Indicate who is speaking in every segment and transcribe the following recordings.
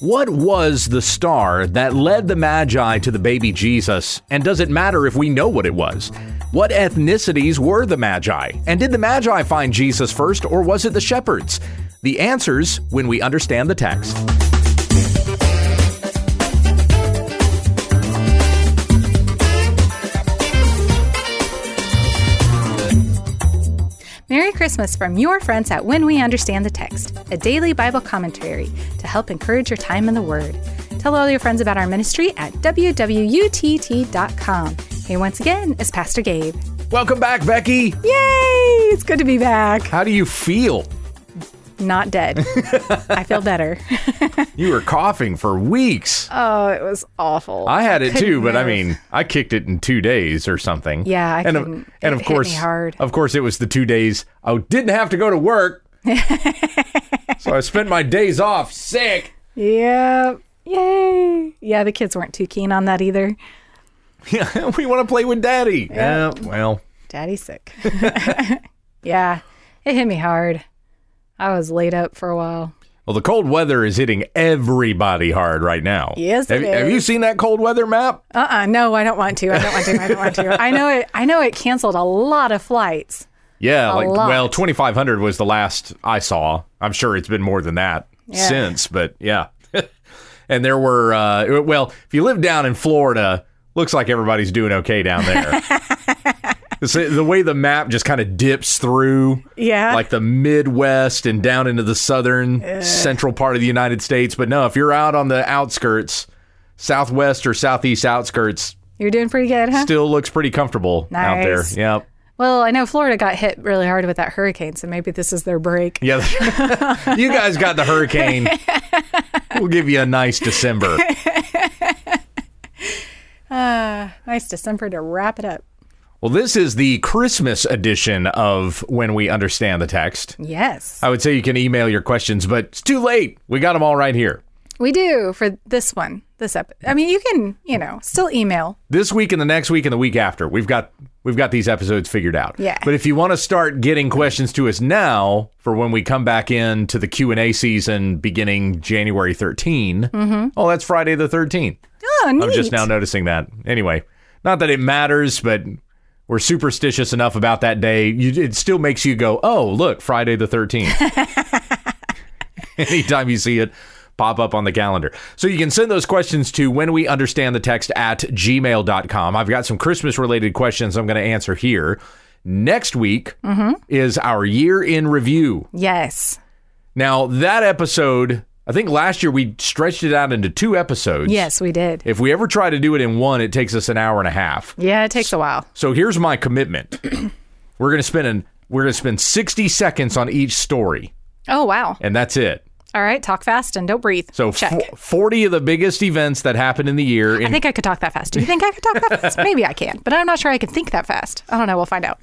Speaker 1: What was the star that led the Magi to the baby Jesus? And does it matter if we know what it was? What ethnicities were the Magi? And did the Magi find Jesus first, or was it the shepherds? The answers when we understand the text.
Speaker 2: Merry Christmas from your friends at When We Understand the Text, a daily Bible commentary to help encourage your time in the Word. Tell all your friends about our ministry at www.utt.com. Hey, once again, it's Pastor Gabe.
Speaker 1: Welcome back, Becky.
Speaker 2: Yay! It's good to be back.
Speaker 1: How do you feel?
Speaker 2: Not dead. I feel better.
Speaker 1: You were coughing for weeks.
Speaker 2: Oh, it was awful.
Speaker 1: I had it
Speaker 2: couldn't
Speaker 1: too, but I
Speaker 2: move.
Speaker 1: mean, I kicked it in two days or something.
Speaker 2: Yeah, I
Speaker 1: and of,
Speaker 2: couldn't.
Speaker 1: and
Speaker 2: It
Speaker 1: of
Speaker 2: hit me
Speaker 1: course,
Speaker 2: hard.
Speaker 1: of course, it was the two days I didn't have to go to work, so I spent my days off sick.
Speaker 2: Yeah. Yay. Yeah, the kids weren't too keen on that either.
Speaker 1: Yeah, we want to play with Daddy. Yeah. well,
Speaker 2: Daddy's sick. yeah, it hit me hard. I was laid up for a while.
Speaker 1: well, the cold weather is hitting everybody hard right now.
Speaker 2: Yes,
Speaker 1: have,
Speaker 2: it
Speaker 1: have you
Speaker 2: is.
Speaker 1: seen that cold weather map?
Speaker 2: Uh uh no, I don't want to. I don't want to. I don't want to. I know it. I know it canceled a lot of flights.
Speaker 1: Yeah,
Speaker 2: A
Speaker 1: like
Speaker 2: lot.
Speaker 1: well, twenty five hundred was the last I saw. I'm sure it's been more than that
Speaker 2: Yeah.
Speaker 1: since, but yeah. and there were uh, well, if you live down in Florida, looks like everybody's doing okay down there. It's the the way the map just kind of dips through,
Speaker 2: Yeah.
Speaker 1: like the Midwest and down into the southern central part of the United States. But no, if you're out on the outskirts, southwest or southeast outskirts,
Speaker 2: You're doing pretty good, huh?
Speaker 1: still looks pretty comfortable out there.
Speaker 2: Nice.
Speaker 1: Yep.
Speaker 2: Well, I know Florida got hit really hard with that hurricane, so maybe this is their break.
Speaker 1: Yeah. you guys got the hurricane. We'll give you a nice December.
Speaker 2: Nice December to wrap it up.
Speaker 1: Well, this is the Christmas edition of When We Understand the Text.
Speaker 2: Yes,
Speaker 1: I would say you can email your questions, but it's too late. We got them all right here.
Speaker 2: we do for this one, this episode. I mean, you can, you know, still email.
Speaker 1: This week and the next week and the week after. We've got we've got these episodes figured out.
Speaker 2: Yeah.
Speaker 1: But if you want to start getting questions to us now for when we come back in to the Q&A season beginning January 13. Oh, that's Friday the 13th.
Speaker 2: Oh, neat.
Speaker 1: I'm just now noticing that. Anyway, not that it matters, but we're superstitious enough about that day. You, it still makes you go, oh, look, Friday the 13th. Anytime you see it pop up on the calendar. So you can send those questions to when we understand the text at gmail.com. I've got some Christmas related questions I'm going to answer here. Next week is our year in review.
Speaker 2: Yes,
Speaker 1: Now, that episode, I think last year we stretched it out into two episodes.
Speaker 2: yes, we did.
Speaker 1: If we ever try to do it in one, it takes us an hour and a half.
Speaker 2: Yeah, it takes a while.
Speaker 1: So here's my commitment. we're gonna spend an, we're gonna spend 60 seconds on each story,
Speaker 2: Oh wow!
Speaker 1: and that's it.
Speaker 2: All right, talk fast and don't breathe.
Speaker 1: So
Speaker 2: check.
Speaker 1: fo- 40 of the biggest events that happened in the year.
Speaker 2: I
Speaker 1: In,
Speaker 2: think I could talk that fast. Do you think I could talk that fast? Maybe I can, but I'm not sure I can think that fast. I don't know. We'll find out.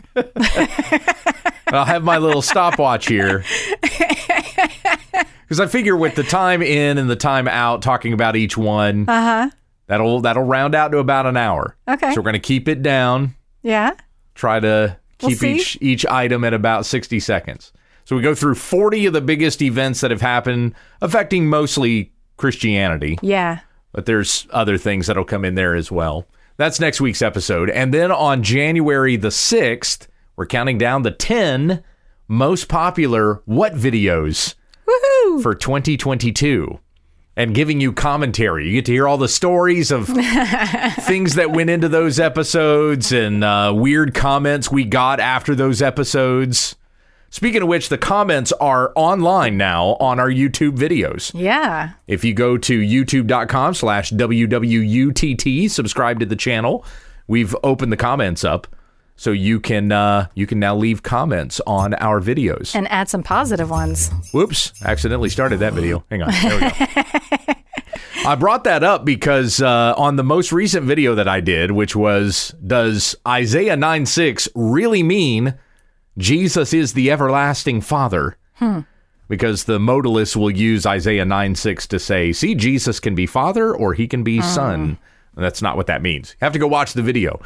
Speaker 1: I'll have my little stopwatch here. Because I figure with the time in and the time out, talking about each one, uh-huh. that'll that'll round out to about an hour.
Speaker 2: Okay.
Speaker 1: So we're gonna keep it down.
Speaker 2: Yeah.
Speaker 1: try to
Speaker 2: We'll
Speaker 1: keep
Speaker 2: see.
Speaker 1: each each item at about 60 seconds. So we go through 40 of the biggest events that have happened affecting mostly Christianity,
Speaker 2: Yeah.
Speaker 1: but there's other things that'll come in there as well. That's next week's episode. And then on January the 6th, we're counting down the 10 most popular what videos
Speaker 2: Woohoo!
Speaker 1: for 2022 and giving you commentary. You get to hear all the stories of things that went into those episodes and uh, weird comments we got after those episodes. Speaking of which, the comments are online now on our YouTube videos.
Speaker 2: Yeah.
Speaker 1: If you go to youtube.com slash WWUTT, subscribe to the channel. We've opened the comments up so you can uh, you can now leave comments on our videos.
Speaker 2: And add some positive ones.
Speaker 1: Whoops, accidentally started that video. Hang on. There we go. I brought that up because uh, on the most recent video that I did, which was Does Isaiah 9 6 really mean Jesus is the everlasting Father? Because the modalists will use Isaiah 9 6 to say, see, Jesus can be Father or he can be Son. And that's not what that means. You have to go watch the video.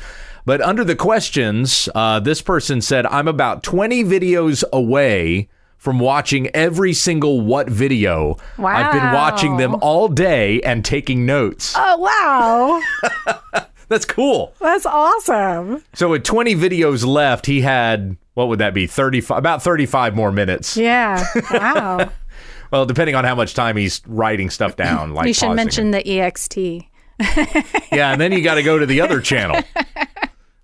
Speaker 1: But under the questions, uh, this person said, I'm about 20 videos away from watching every single what video. I've been watching them
Speaker 3: Wow.
Speaker 1: all day and taking notes.
Speaker 2: Oh, wow.
Speaker 1: That's cool.
Speaker 2: That's awesome.
Speaker 1: So with 20 videos left, he had what would that be? 35 about 35 more minutes.
Speaker 3: Yeah. Wow.
Speaker 1: Well, depending on how much time he's writing stuff down like
Speaker 3: you should
Speaker 1: pausing it.
Speaker 3: mention the E EXT.
Speaker 1: Yeah, and then you got to go to the other channel.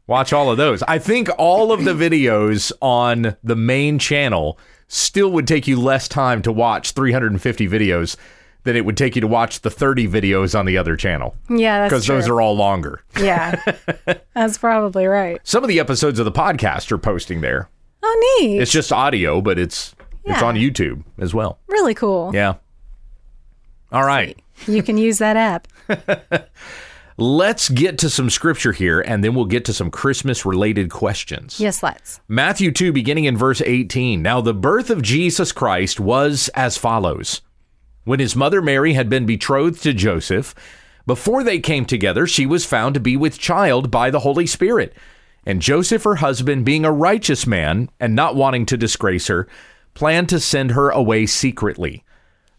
Speaker 1: Watch all of those. I think all of the videos on the main channel still would take you less time to watch 350 videos than it would take you to watch the 30 videos on the other channel
Speaker 3: Yeah, that's
Speaker 1: because
Speaker 3: true.
Speaker 1: those are all longer.
Speaker 3: yeah, that's probably right.
Speaker 1: Some of the episodes of the podcast are posting there.
Speaker 3: Oh, neat.
Speaker 1: It's just audio, but it's it's
Speaker 3: Yeah.
Speaker 1: on YouTube as well.
Speaker 3: really cool.
Speaker 1: Yeah. All right.
Speaker 3: You can use that app.
Speaker 1: Let's get to some scripture here and then we'll get to some Christmas related questions.
Speaker 3: Yes, let's.
Speaker 1: Matthew 2, beginning in verse 18. Now, the birth of Jesus Christ was as follows. When his mother Mary had been betrothed to Joseph, before they came together, she was found to be with child by the Holy Spirit. And Joseph, her husband, being a righteous man and not wanting to disgrace her, planned to send her away secretly.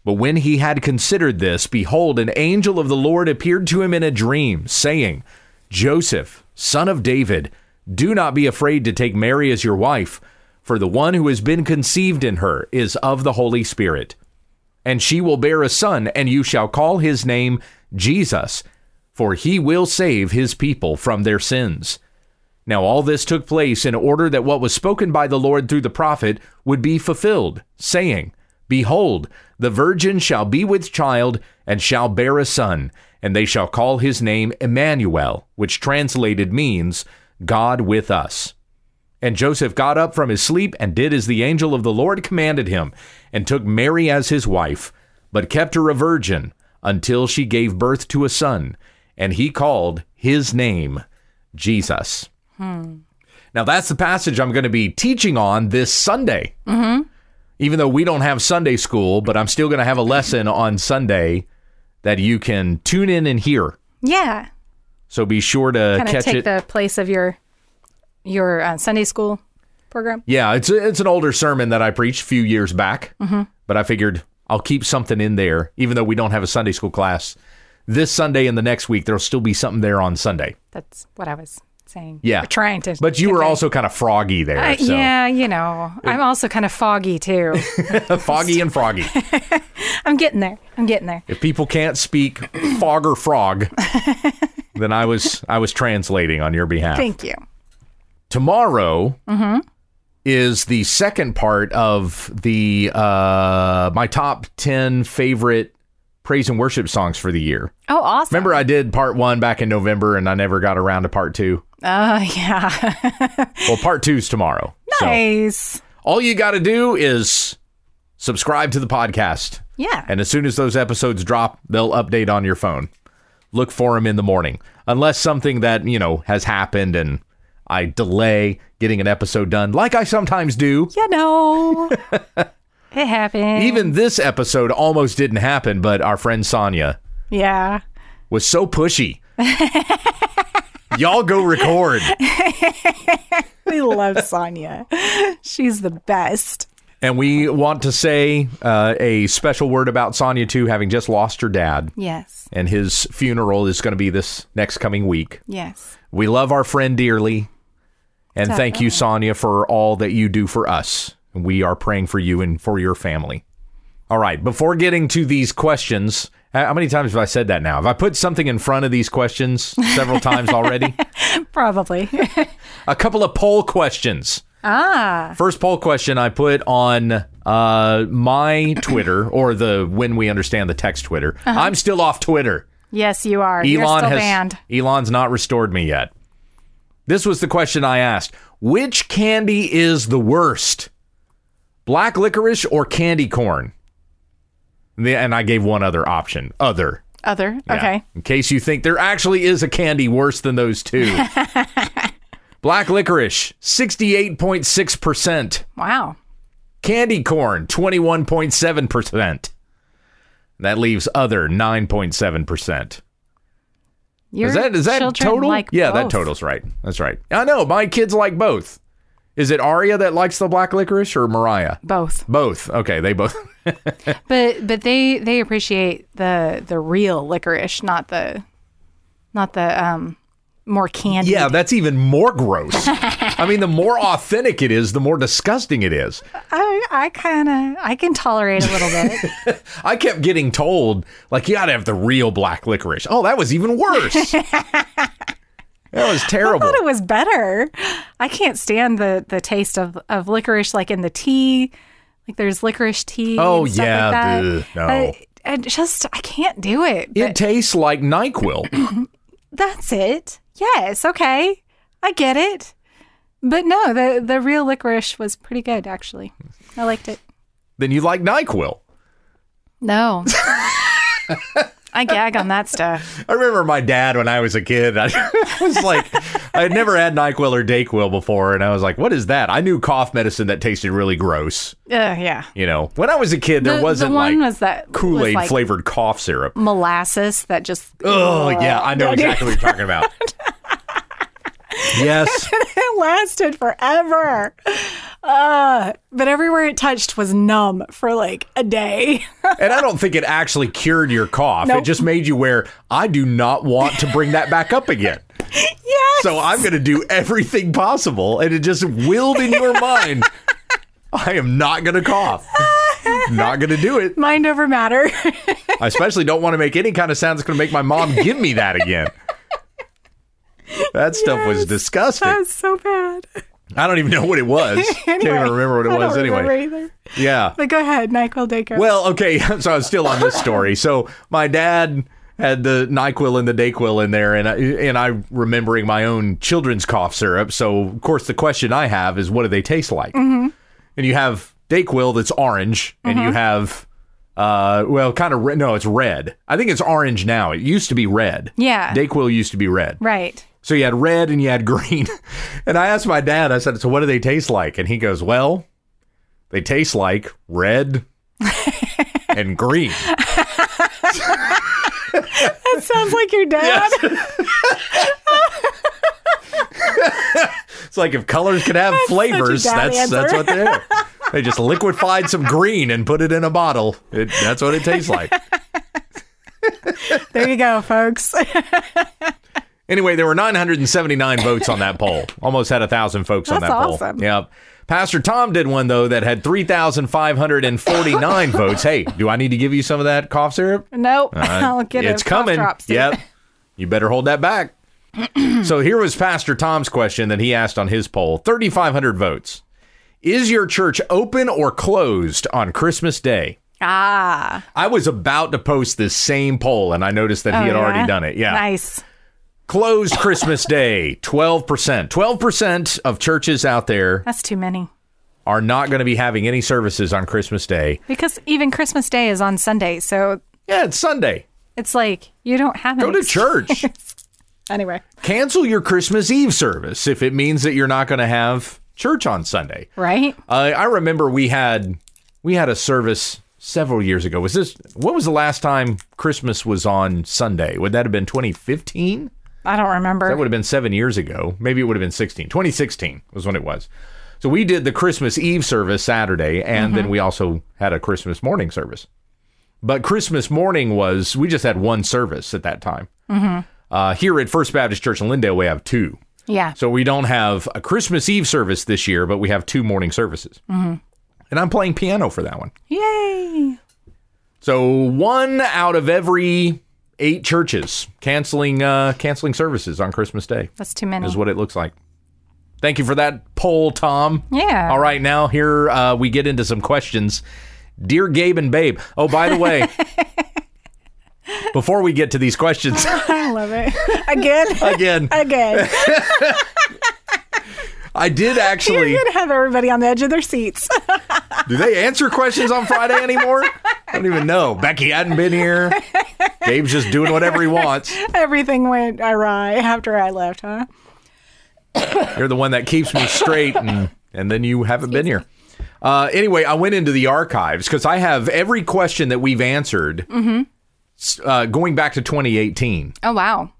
Speaker 1: But when he had considered this, behold, an angel of the Lord appeared to him in a dream, saying, Joseph, son of David, do not be afraid to take Mary as your wife, for the one who has been conceived in her is of the Holy Spirit. And she will bear a son, and you shall call his name Jesus, for he will save his people from their sins. Now, all this took place in order that what was spoken by the Lord through the prophet would be fulfilled, saying, Behold, the virgin shall be with child and shall bear a son, and they shall call his name Emmanuel, which translated means God with us. And Joseph got up from his sleep and did as the angel of the Lord commanded him, and took Mary as his wife, but kept her a virgin until she gave birth to a son, and he called his name Jesus. Now, that's the passage I'm going to be teaching on this Sunday. Mm-hmm. Even though we don't have Sunday school, but I'm still going to have a lesson on Sunday that you can tune in and hear.
Speaker 3: Yeah,
Speaker 1: So be sure to
Speaker 3: kind of
Speaker 1: catch
Speaker 3: take
Speaker 1: it.
Speaker 3: the place of your your uh, Sunday school program.
Speaker 1: Yeah, it's it's an older sermon that I preached a few years back,
Speaker 3: Mm-hmm.
Speaker 1: but I figured I'll keep something in there, even though we don't have a Sunday school class this Sunday and the next week. There'll still be something there on Sunday.
Speaker 3: That's what I was saying.
Speaker 1: Yeah,
Speaker 3: Or trying to.
Speaker 1: But you were
Speaker 3: convey.
Speaker 1: also kind of froggy there,
Speaker 3: Uh,
Speaker 1: so
Speaker 3: Yeah, you know, I'm also kind of foggy too.
Speaker 1: foggy and froggy.
Speaker 3: I'm getting there. I'm getting there.
Speaker 1: If people can't speak fog or frog, then I was I was translating on your behalf.
Speaker 3: Thank you.
Speaker 1: Tomorrow is the second part of the uh, my top ten favorite praise and worship songs for the year.
Speaker 3: Oh, awesome.
Speaker 1: Remember, I did part one back in November, and I never got around to part two.
Speaker 3: Oh, yeah.
Speaker 1: Well, part two's tomorrow. So
Speaker 3: nice.
Speaker 1: all you got to do is subscribe to the podcast,
Speaker 3: Yeah.
Speaker 1: and as soon as those episodes drop, they'll update on your phone. Look for them in the morning, unless something that you know has happened and I delay getting an episode done, like I sometimes do.
Speaker 3: you know, it happened.
Speaker 1: Even this episode almost didn't happen, but our friend Sonia
Speaker 3: yeah.
Speaker 1: was so pushy. Y'all go record.
Speaker 2: We love Sonia. She's the best.
Speaker 1: And we want to say uh, a special word about Sonia, too, having just lost her dad.
Speaker 3: Yes.
Speaker 1: And his funeral is going to be this next coming week.
Speaker 3: Yes.
Speaker 1: We love our friend dearly. And thank you, Sonia, for all that you do for us. We are praying for you and for your family. All right. Before getting to these questions, uh, how how many times have I said that now? Have I put something in front of these questions several times already?
Speaker 3: Probably.
Speaker 1: a couple of poll questions.
Speaker 3: ah.
Speaker 1: First poll question I put on uh, my Twitter or the when we understand the text Twitter. I'm still off Twitter.
Speaker 3: Yes, you are. You're
Speaker 1: Elon
Speaker 3: still
Speaker 1: has
Speaker 3: banned.
Speaker 1: Elon's not restored me yet. This was the question I asked. Which candy is the worst? Black licorice or candy corn? The- And I gave one other option. Other.
Speaker 3: Other.
Speaker 1: Yeah.
Speaker 3: Okay.
Speaker 1: In case you think there actually is a candy worse than those two. Black licorice, 68.6%.
Speaker 3: Wow.
Speaker 1: Candy corn, 21.7%. That leaves other 9.7%.
Speaker 3: Your
Speaker 1: Is that is that
Speaker 3: children
Speaker 1: total?
Speaker 3: Like
Speaker 1: yeah, that
Speaker 3: both.
Speaker 1: totals right. That's right. I know, my kids like both. Is it Aria that likes the black licorice or Mariah?
Speaker 2: Both.
Speaker 1: Both. Okay, they both.
Speaker 2: But but they they appreciate the the real licorice, not the not the um more candy.
Speaker 1: Yeah, that's even more gross. I mean, the more authentic it is, the more disgusting it is.
Speaker 2: I Oh, I kind of I can tolerate a little bit.
Speaker 1: I kept getting told, like, you gotta have the real black licorice. Oh, that was even worse. that was terrible.
Speaker 2: I thought it was better. I can't stand the the taste of of licorice like in the tea. Like there's licorice tea.
Speaker 1: Oh,
Speaker 2: and stuff
Speaker 1: yeah,
Speaker 2: like that.
Speaker 1: ugh, no.
Speaker 2: I, I just I can't do it.
Speaker 1: It tastes like NyQuil.
Speaker 2: That's it. Yes, okay. I get it. But no, the the real licorice was pretty good actually. I liked it.
Speaker 1: then you like NyQuil.
Speaker 2: No. I gag on that stuff.
Speaker 1: I remember my dad when I was a kid. I was like, I had never had NyQuil or DayQuil before, and I was like, "What is that?" I knew cough medicine that tasted really gross.
Speaker 2: Uh, yeah.
Speaker 1: You know, when I was a kid, there
Speaker 2: The- the
Speaker 1: wasn't
Speaker 2: one
Speaker 1: like
Speaker 2: was that- was
Speaker 1: Kool Aid
Speaker 2: like-
Speaker 1: flavored cough syrup.
Speaker 2: Molasses that just
Speaker 1: Oh yeah, I know exactly what you're talking about. yes,
Speaker 2: it lasted forever. Uh, but everywhere it touched was numb for like a day.
Speaker 1: and I don't think it actually cured your cough. It
Speaker 2: Nope.
Speaker 1: just made you where I do not want to bring that back up again.
Speaker 2: yes.
Speaker 1: So I'm going to do everything possible, and it just willed in your mind. I am not going to cough. Not going to do it.
Speaker 2: Mind over matter.
Speaker 1: I especially don't want to make any kind of sound that's going to make my mom give me that again. That stuff was
Speaker 2: Yes.
Speaker 1: disgusting.
Speaker 2: that was so bad.
Speaker 1: I don't even know what it was. Can't even remember what it
Speaker 2: I
Speaker 1: was
Speaker 2: don't
Speaker 1: anyway.
Speaker 2: remember either.
Speaker 1: Yeah.
Speaker 2: But go ahead, NyQuil Daycare.
Speaker 1: Well, okay. So I was still on this story. So my dad had the Nyquil and the Dayquil in there, and I, and I remembering my own children's cough syrup. So of course the question I have is, what do they taste like? And you have Dayquil that's orange, and you have. Uh, well, kind of red. No, it's red. I think it's orange now. It used to be red.
Speaker 2: Yeah.
Speaker 1: Dayquil used to be red.
Speaker 2: right.
Speaker 1: So you had red and you had green. and I asked my dad, I said, So what do they taste like? And he goes, Well, they taste like red and green.
Speaker 2: That sounds like your dad.
Speaker 1: It's like if colors could have flavors,
Speaker 2: dad
Speaker 1: that's that's
Speaker 2: answer.
Speaker 1: what they are. They just liquefied some green and put it in a bottle. It, that's what it tastes like.
Speaker 2: There you go, folks.
Speaker 1: Anyway, there were 979 votes on that poll. Almost had a thousand folks on that
Speaker 2: That's
Speaker 1: poll.
Speaker 2: awesome.
Speaker 1: Yep. Pastor Tom did one though that had 3,549 votes. Hey, do I need to give you some of that cough syrup?
Speaker 2: nope. I'll get
Speaker 1: Uh, it's
Speaker 2: a cough
Speaker 1: coming.
Speaker 2: drop soon.
Speaker 1: Yep. You better hold that back. so here was Pastor Tom's question that he asked on his poll 3,500 votes. Is your church open or closed on Christmas Day?
Speaker 2: Ah.
Speaker 1: I was about to post this same poll and I noticed that he had
Speaker 2: Oh,
Speaker 1: already
Speaker 2: yeah?
Speaker 1: done it. Yeah.
Speaker 2: Nice.
Speaker 1: Closed Christmas Day, 12%. 12% of churches out there
Speaker 2: That's too many.
Speaker 1: are not going to be having any services on Christmas Day.
Speaker 2: Because even Christmas Day is on Sunday, so
Speaker 1: Yeah, it's Sunday.
Speaker 2: it's like you don't have an
Speaker 1: Go to
Speaker 2: ex-
Speaker 1: church.
Speaker 2: Anyway.
Speaker 1: cancel your Christmas Eve service if it means that you're not going to have church on Sunday.
Speaker 2: Right?
Speaker 1: Uh, I remember we had we had a service several years ago. Was this what was the last time Christmas was on Sunday? Would that have been 2015?
Speaker 2: I don't remember.
Speaker 1: That would have been 7 years ago. Maybe it would have been 16. 2016 was when it was. So we did the Christmas Eve service Saturday and then we also had a Christmas morning service. But Christmas morning was we just had one service at that time. Uh, here at First Baptist Church in Lindale, we have two.
Speaker 2: yeah.
Speaker 1: So we don't have a Christmas Eve service this year, but we have two morning services. Mm-hmm. And I'm playing piano for that one.
Speaker 2: Yay.
Speaker 1: So one out of every eight churches canceling uh, canceling services on Christmas Day
Speaker 2: That's too many.
Speaker 1: is what it looks like. Thank you for that poll, Tom.
Speaker 2: Yeah.
Speaker 1: All right, now here uh, we get into some questions. Dear Gabe and Babe. Oh, by the way, before we get to these questions
Speaker 2: I love it. Again.
Speaker 1: again,
Speaker 2: Again.
Speaker 1: I did actually.
Speaker 2: You're gonna have everybody on the edge of their seats.
Speaker 1: Do they answer questions on Friday anymore? I don't even know. Becky hadn't been here. Gabe's just doing whatever he wants.
Speaker 2: Everything went awry after I left, huh?
Speaker 1: You're the one that keeps me straight, and, and then you haven't been here. Uh, anyway, I went into the archives because I have every question that we've answered s- uh, going back to 2018.
Speaker 2: Oh wow.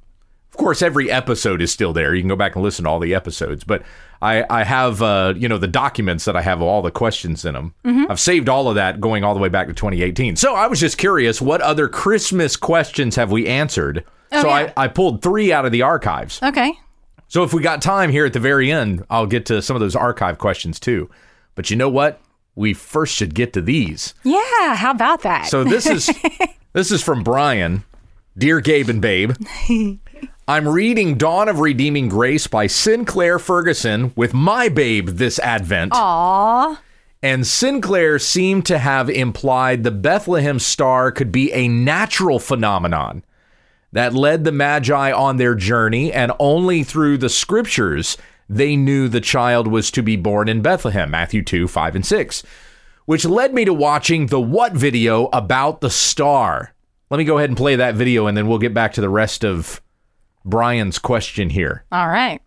Speaker 1: Of course, every episode is still there. You can go back and listen to all the episodes. But I, I have, uh, you know, the documents that I have of all the questions in them. I've saved all of that going all the way back to 2018. So I was just curious, what other Christmas questions have we answered? so
Speaker 2: yeah.
Speaker 1: I, I pulled three out of the archives.
Speaker 2: Okay.
Speaker 1: So if we got time here at the very end, I'll get to some of those archive questions too. But you know what? We first should get to these.
Speaker 2: Yeah. How about that?
Speaker 1: So this is this is from Brian. Dear Gabe and Babe, I'm reading Dawn of Redeeming Grace by Sinclair Ferguson with my babe this advent.
Speaker 2: Aw.
Speaker 1: And Sinclair seemed to have implied the Bethlehem star could be a natural phenomenon that led the Magi on their journey, and only through the scriptures they knew the child was to be born in Bethlehem, Matthew 2, 5, and 6, which led me to watching the What video about the star. Let me go ahead and play that video, and then we'll get back to the rest of Brian's question here.
Speaker 2: All right.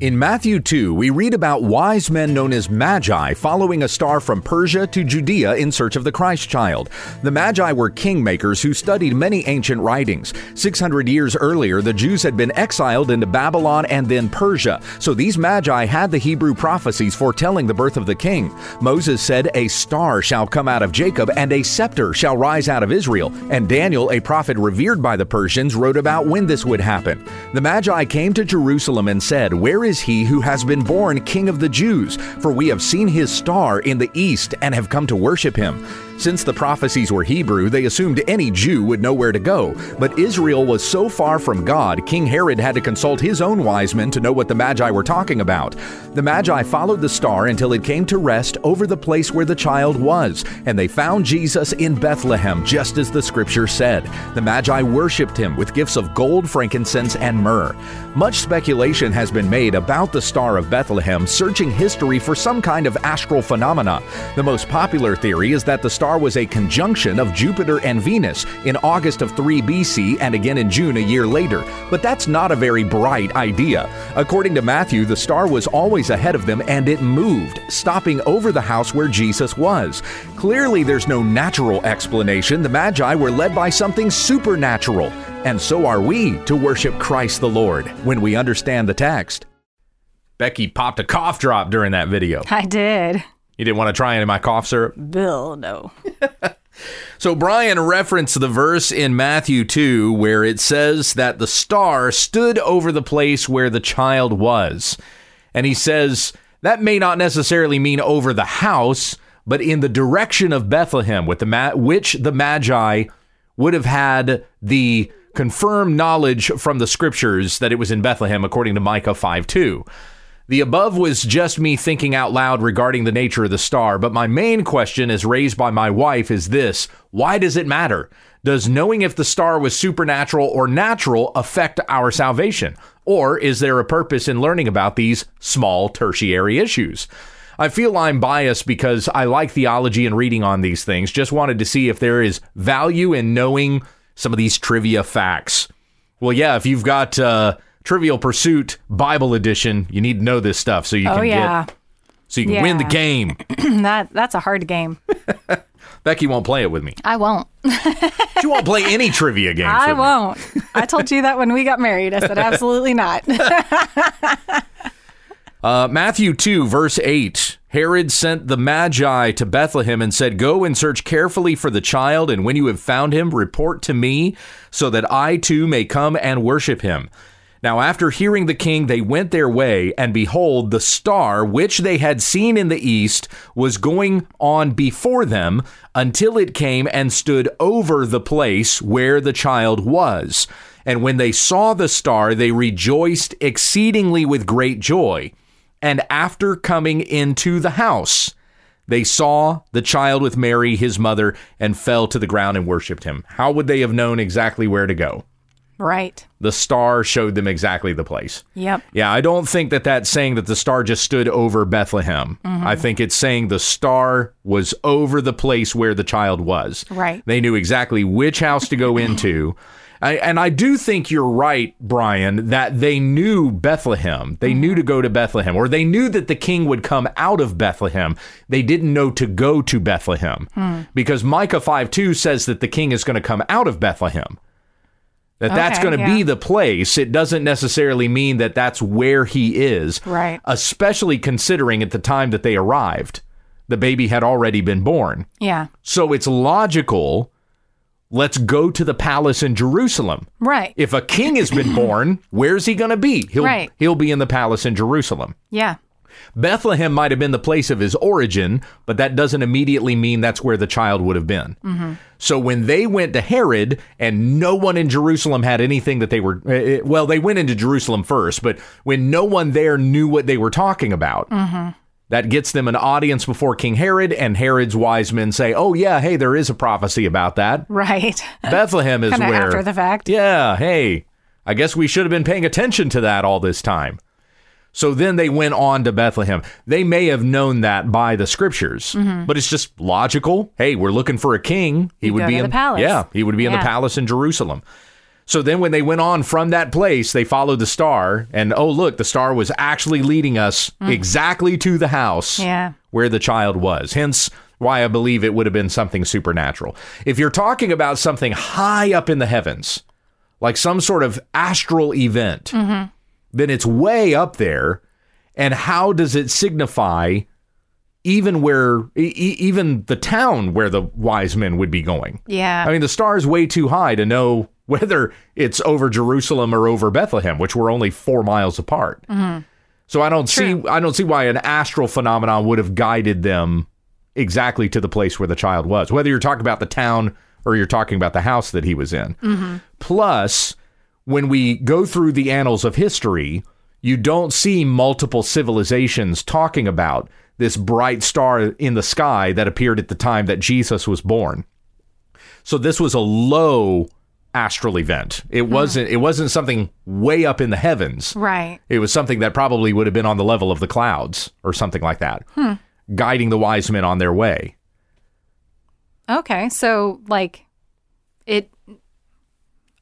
Speaker 1: In Matthew 2, we read about wise men known as Magi following a star from Persia to Judea in search of the Christ child. The Magi were kingmakers who studied many ancient writings. 600 years earlier, the Jews had been exiled into Babylon and then Persia, so these Magi had the Hebrew prophecies foretelling the birth of the king. Moses said, A star shall come out of Jacob, and a scepter shall rise out of Israel. And Daniel, a prophet revered by the Persians, wrote about when this would happen. The Magi came to Jerusalem and said, Where is he who has been born King of the Jews? For we have seen his star in the east and have come to worship him. Since the prophecies were Hebrew, they assumed any Jew would know where to go. But Israel was so far from God, King Herod had to consult his own wise men to know what the Magi were talking about. The Magi followed the star until it came to rest over the place where the child was, and they found Jesus in Bethlehem, just as the scripture said. The Magi worshipped him with gifts of gold, frankincense, and myrrh. Much speculation has been made about the Star of Bethlehem, searching history for some kind of astral phenomena. The most popular theory is that the star was a conjunction of Jupiter and Venus in August of 3 BC and again in June a year later, but that's not a very bright idea. According to Matthew, the star was always ahead of them and it moved, stopping over the house where Jesus was. Clearly, there's no natural explanation. The Magi were led by something supernatural. And so are we to worship Christ the Lord when we understand the text. Becky popped a cough drop during that video.
Speaker 2: I did.
Speaker 1: You didn't want to try any of my cough syrup?
Speaker 2: Bill, no.
Speaker 1: So Brian referenced the verse in Matthew 2 where it says that the star stood over the place where the child was. And he says that may not necessarily mean over the house, but in the direction of Bethlehem with the ma- which the Magi would have had the confirmed knowledge from the scriptures that it was in Bethlehem according to Micah 5 2. The above was just me thinking out loud regarding the nature of the star, but my main question, as raised by my wife, is this Why does it matter? Does knowing if the star was supernatural or natural affect our salvation? Or is there a purpose in learning about these small tertiary issues? I feel I'm biased because I like theology and reading on these things. Just wanted to see if there is value in knowing some of these trivia facts. Well, yeah, if you've got uh, Trivial Pursuit Bible Edition, you need to know this stuff so you
Speaker 2: Oh,
Speaker 1: can
Speaker 2: yeah.
Speaker 1: get so you can win the
Speaker 2: Yeah.
Speaker 1: game.
Speaker 2: that That's a hard game.
Speaker 1: Becky won't play it with me.
Speaker 2: I won't.
Speaker 1: She won't play any trivia games.
Speaker 2: I
Speaker 1: with me.
Speaker 2: won't. I told you that when we got married. I said, absolutely not.
Speaker 1: Uh, Matthew 2, verse 8 Herod sent the Magi to Bethlehem and said, Go and search carefully for the child, and when you have found him, report to me, so that I too may come and worship him. Now, after hearing the king, they went their way, and behold, the star which they had seen in the east was going on before them until it came and stood over the place where the child was. And when they saw the star, they rejoiced exceedingly with great joy. And after coming into the house, they saw the child with Mary, his mother, and fell to the ground and worshiped him. How would they have known exactly where to go?
Speaker 2: right.
Speaker 1: The star showed them exactly the place.
Speaker 2: Yep.
Speaker 1: Yeah, I don't think that that's saying that the star just stood over Bethlehem.
Speaker 2: Mm-hmm.
Speaker 1: I think it's saying the star was over the place where the child was.
Speaker 2: Right.
Speaker 1: They knew exactly which house to go into. I, and I do think you're right, Brian, that they knew Bethlehem. They
Speaker 2: Mm-hmm.
Speaker 1: knew to go to Bethlehem, or they knew that the king would come out of Bethlehem. They didn't know to go to Bethlehem
Speaker 2: Hmm.
Speaker 1: because Micah 5 2 says that the king is going to come out of Bethlehem. That that's
Speaker 2: Okay,
Speaker 1: going to
Speaker 2: yeah.
Speaker 1: be the place. It doesn't necessarily mean that that's where he is.
Speaker 2: Right.
Speaker 1: Especially considering at the time that they arrived, the baby had already been born.
Speaker 2: Yeah.
Speaker 1: So it's logical. Let's go to the palace in Jerusalem.
Speaker 2: Right.
Speaker 1: If a king has been born, where's he going to be? He'll
Speaker 2: Right.
Speaker 1: he'll be in the palace in Jerusalem.
Speaker 2: yeah.
Speaker 1: Bethlehem might have been the place of his origin, but that doesn't immediately mean that's where the child would have been.
Speaker 2: Mm-hmm.
Speaker 1: So when they went to Herod, and no one in Jerusalem had anything that they were, eh, eh, well, they went into Jerusalem first, but when no one there knew what they were talking about,
Speaker 2: Mm-hmm.
Speaker 1: that gets them an audience before King Herod, and Herod's wise men say, oh, yeah, hey, there is a prophecy about that.
Speaker 2: Right.
Speaker 1: Bethlehem is
Speaker 2: Uh, Kinda
Speaker 1: where.
Speaker 2: after the fact.
Speaker 1: Yeah, hey, I guess we should have been paying attention to that all this time. So then they went on to Bethlehem. They may have known that by the scriptures, but it's just logical. Hey, we're looking for a king. He
Speaker 2: Mm-hmm. You
Speaker 1: would
Speaker 2: go
Speaker 1: be
Speaker 2: to
Speaker 1: in
Speaker 2: the palace.
Speaker 1: Yeah, he would be in the
Speaker 2: Yeah.
Speaker 1: palace in Jerusalem. So then when they went on from that place, they followed the star and oh look, the star was actually leading us exactly to the house
Speaker 2: Mm. Yeah.
Speaker 1: where the child was. Hence why I believe it would have been something supernatural. If you're talking about something high up in the heavens, like some sort of astral event, then it's way up there. And how does it signify even where, e- e- even the town where the wise men would be going?
Speaker 2: Yeah.
Speaker 1: I mean, the star is way too high to know whether it's over Jerusalem or over Bethlehem, which were only four miles apart. So I don't see I don't see why an astral phenomenon would have guided them exactly to the place where the child was. Whether you're talking about the town or you're talking about the house that he was in. Plus, when we go through the annals of history, you don't see multiple civilizations talking about this bright star in the sky that appeared at the time that Jesus was born. So this was a low astral event. It wasn't it wasn't something way up in the heavens.
Speaker 2: right.
Speaker 1: It was something that probably would have been on the level of the clouds or something like that, guiding the wise men on their way.
Speaker 2: Okay. So like it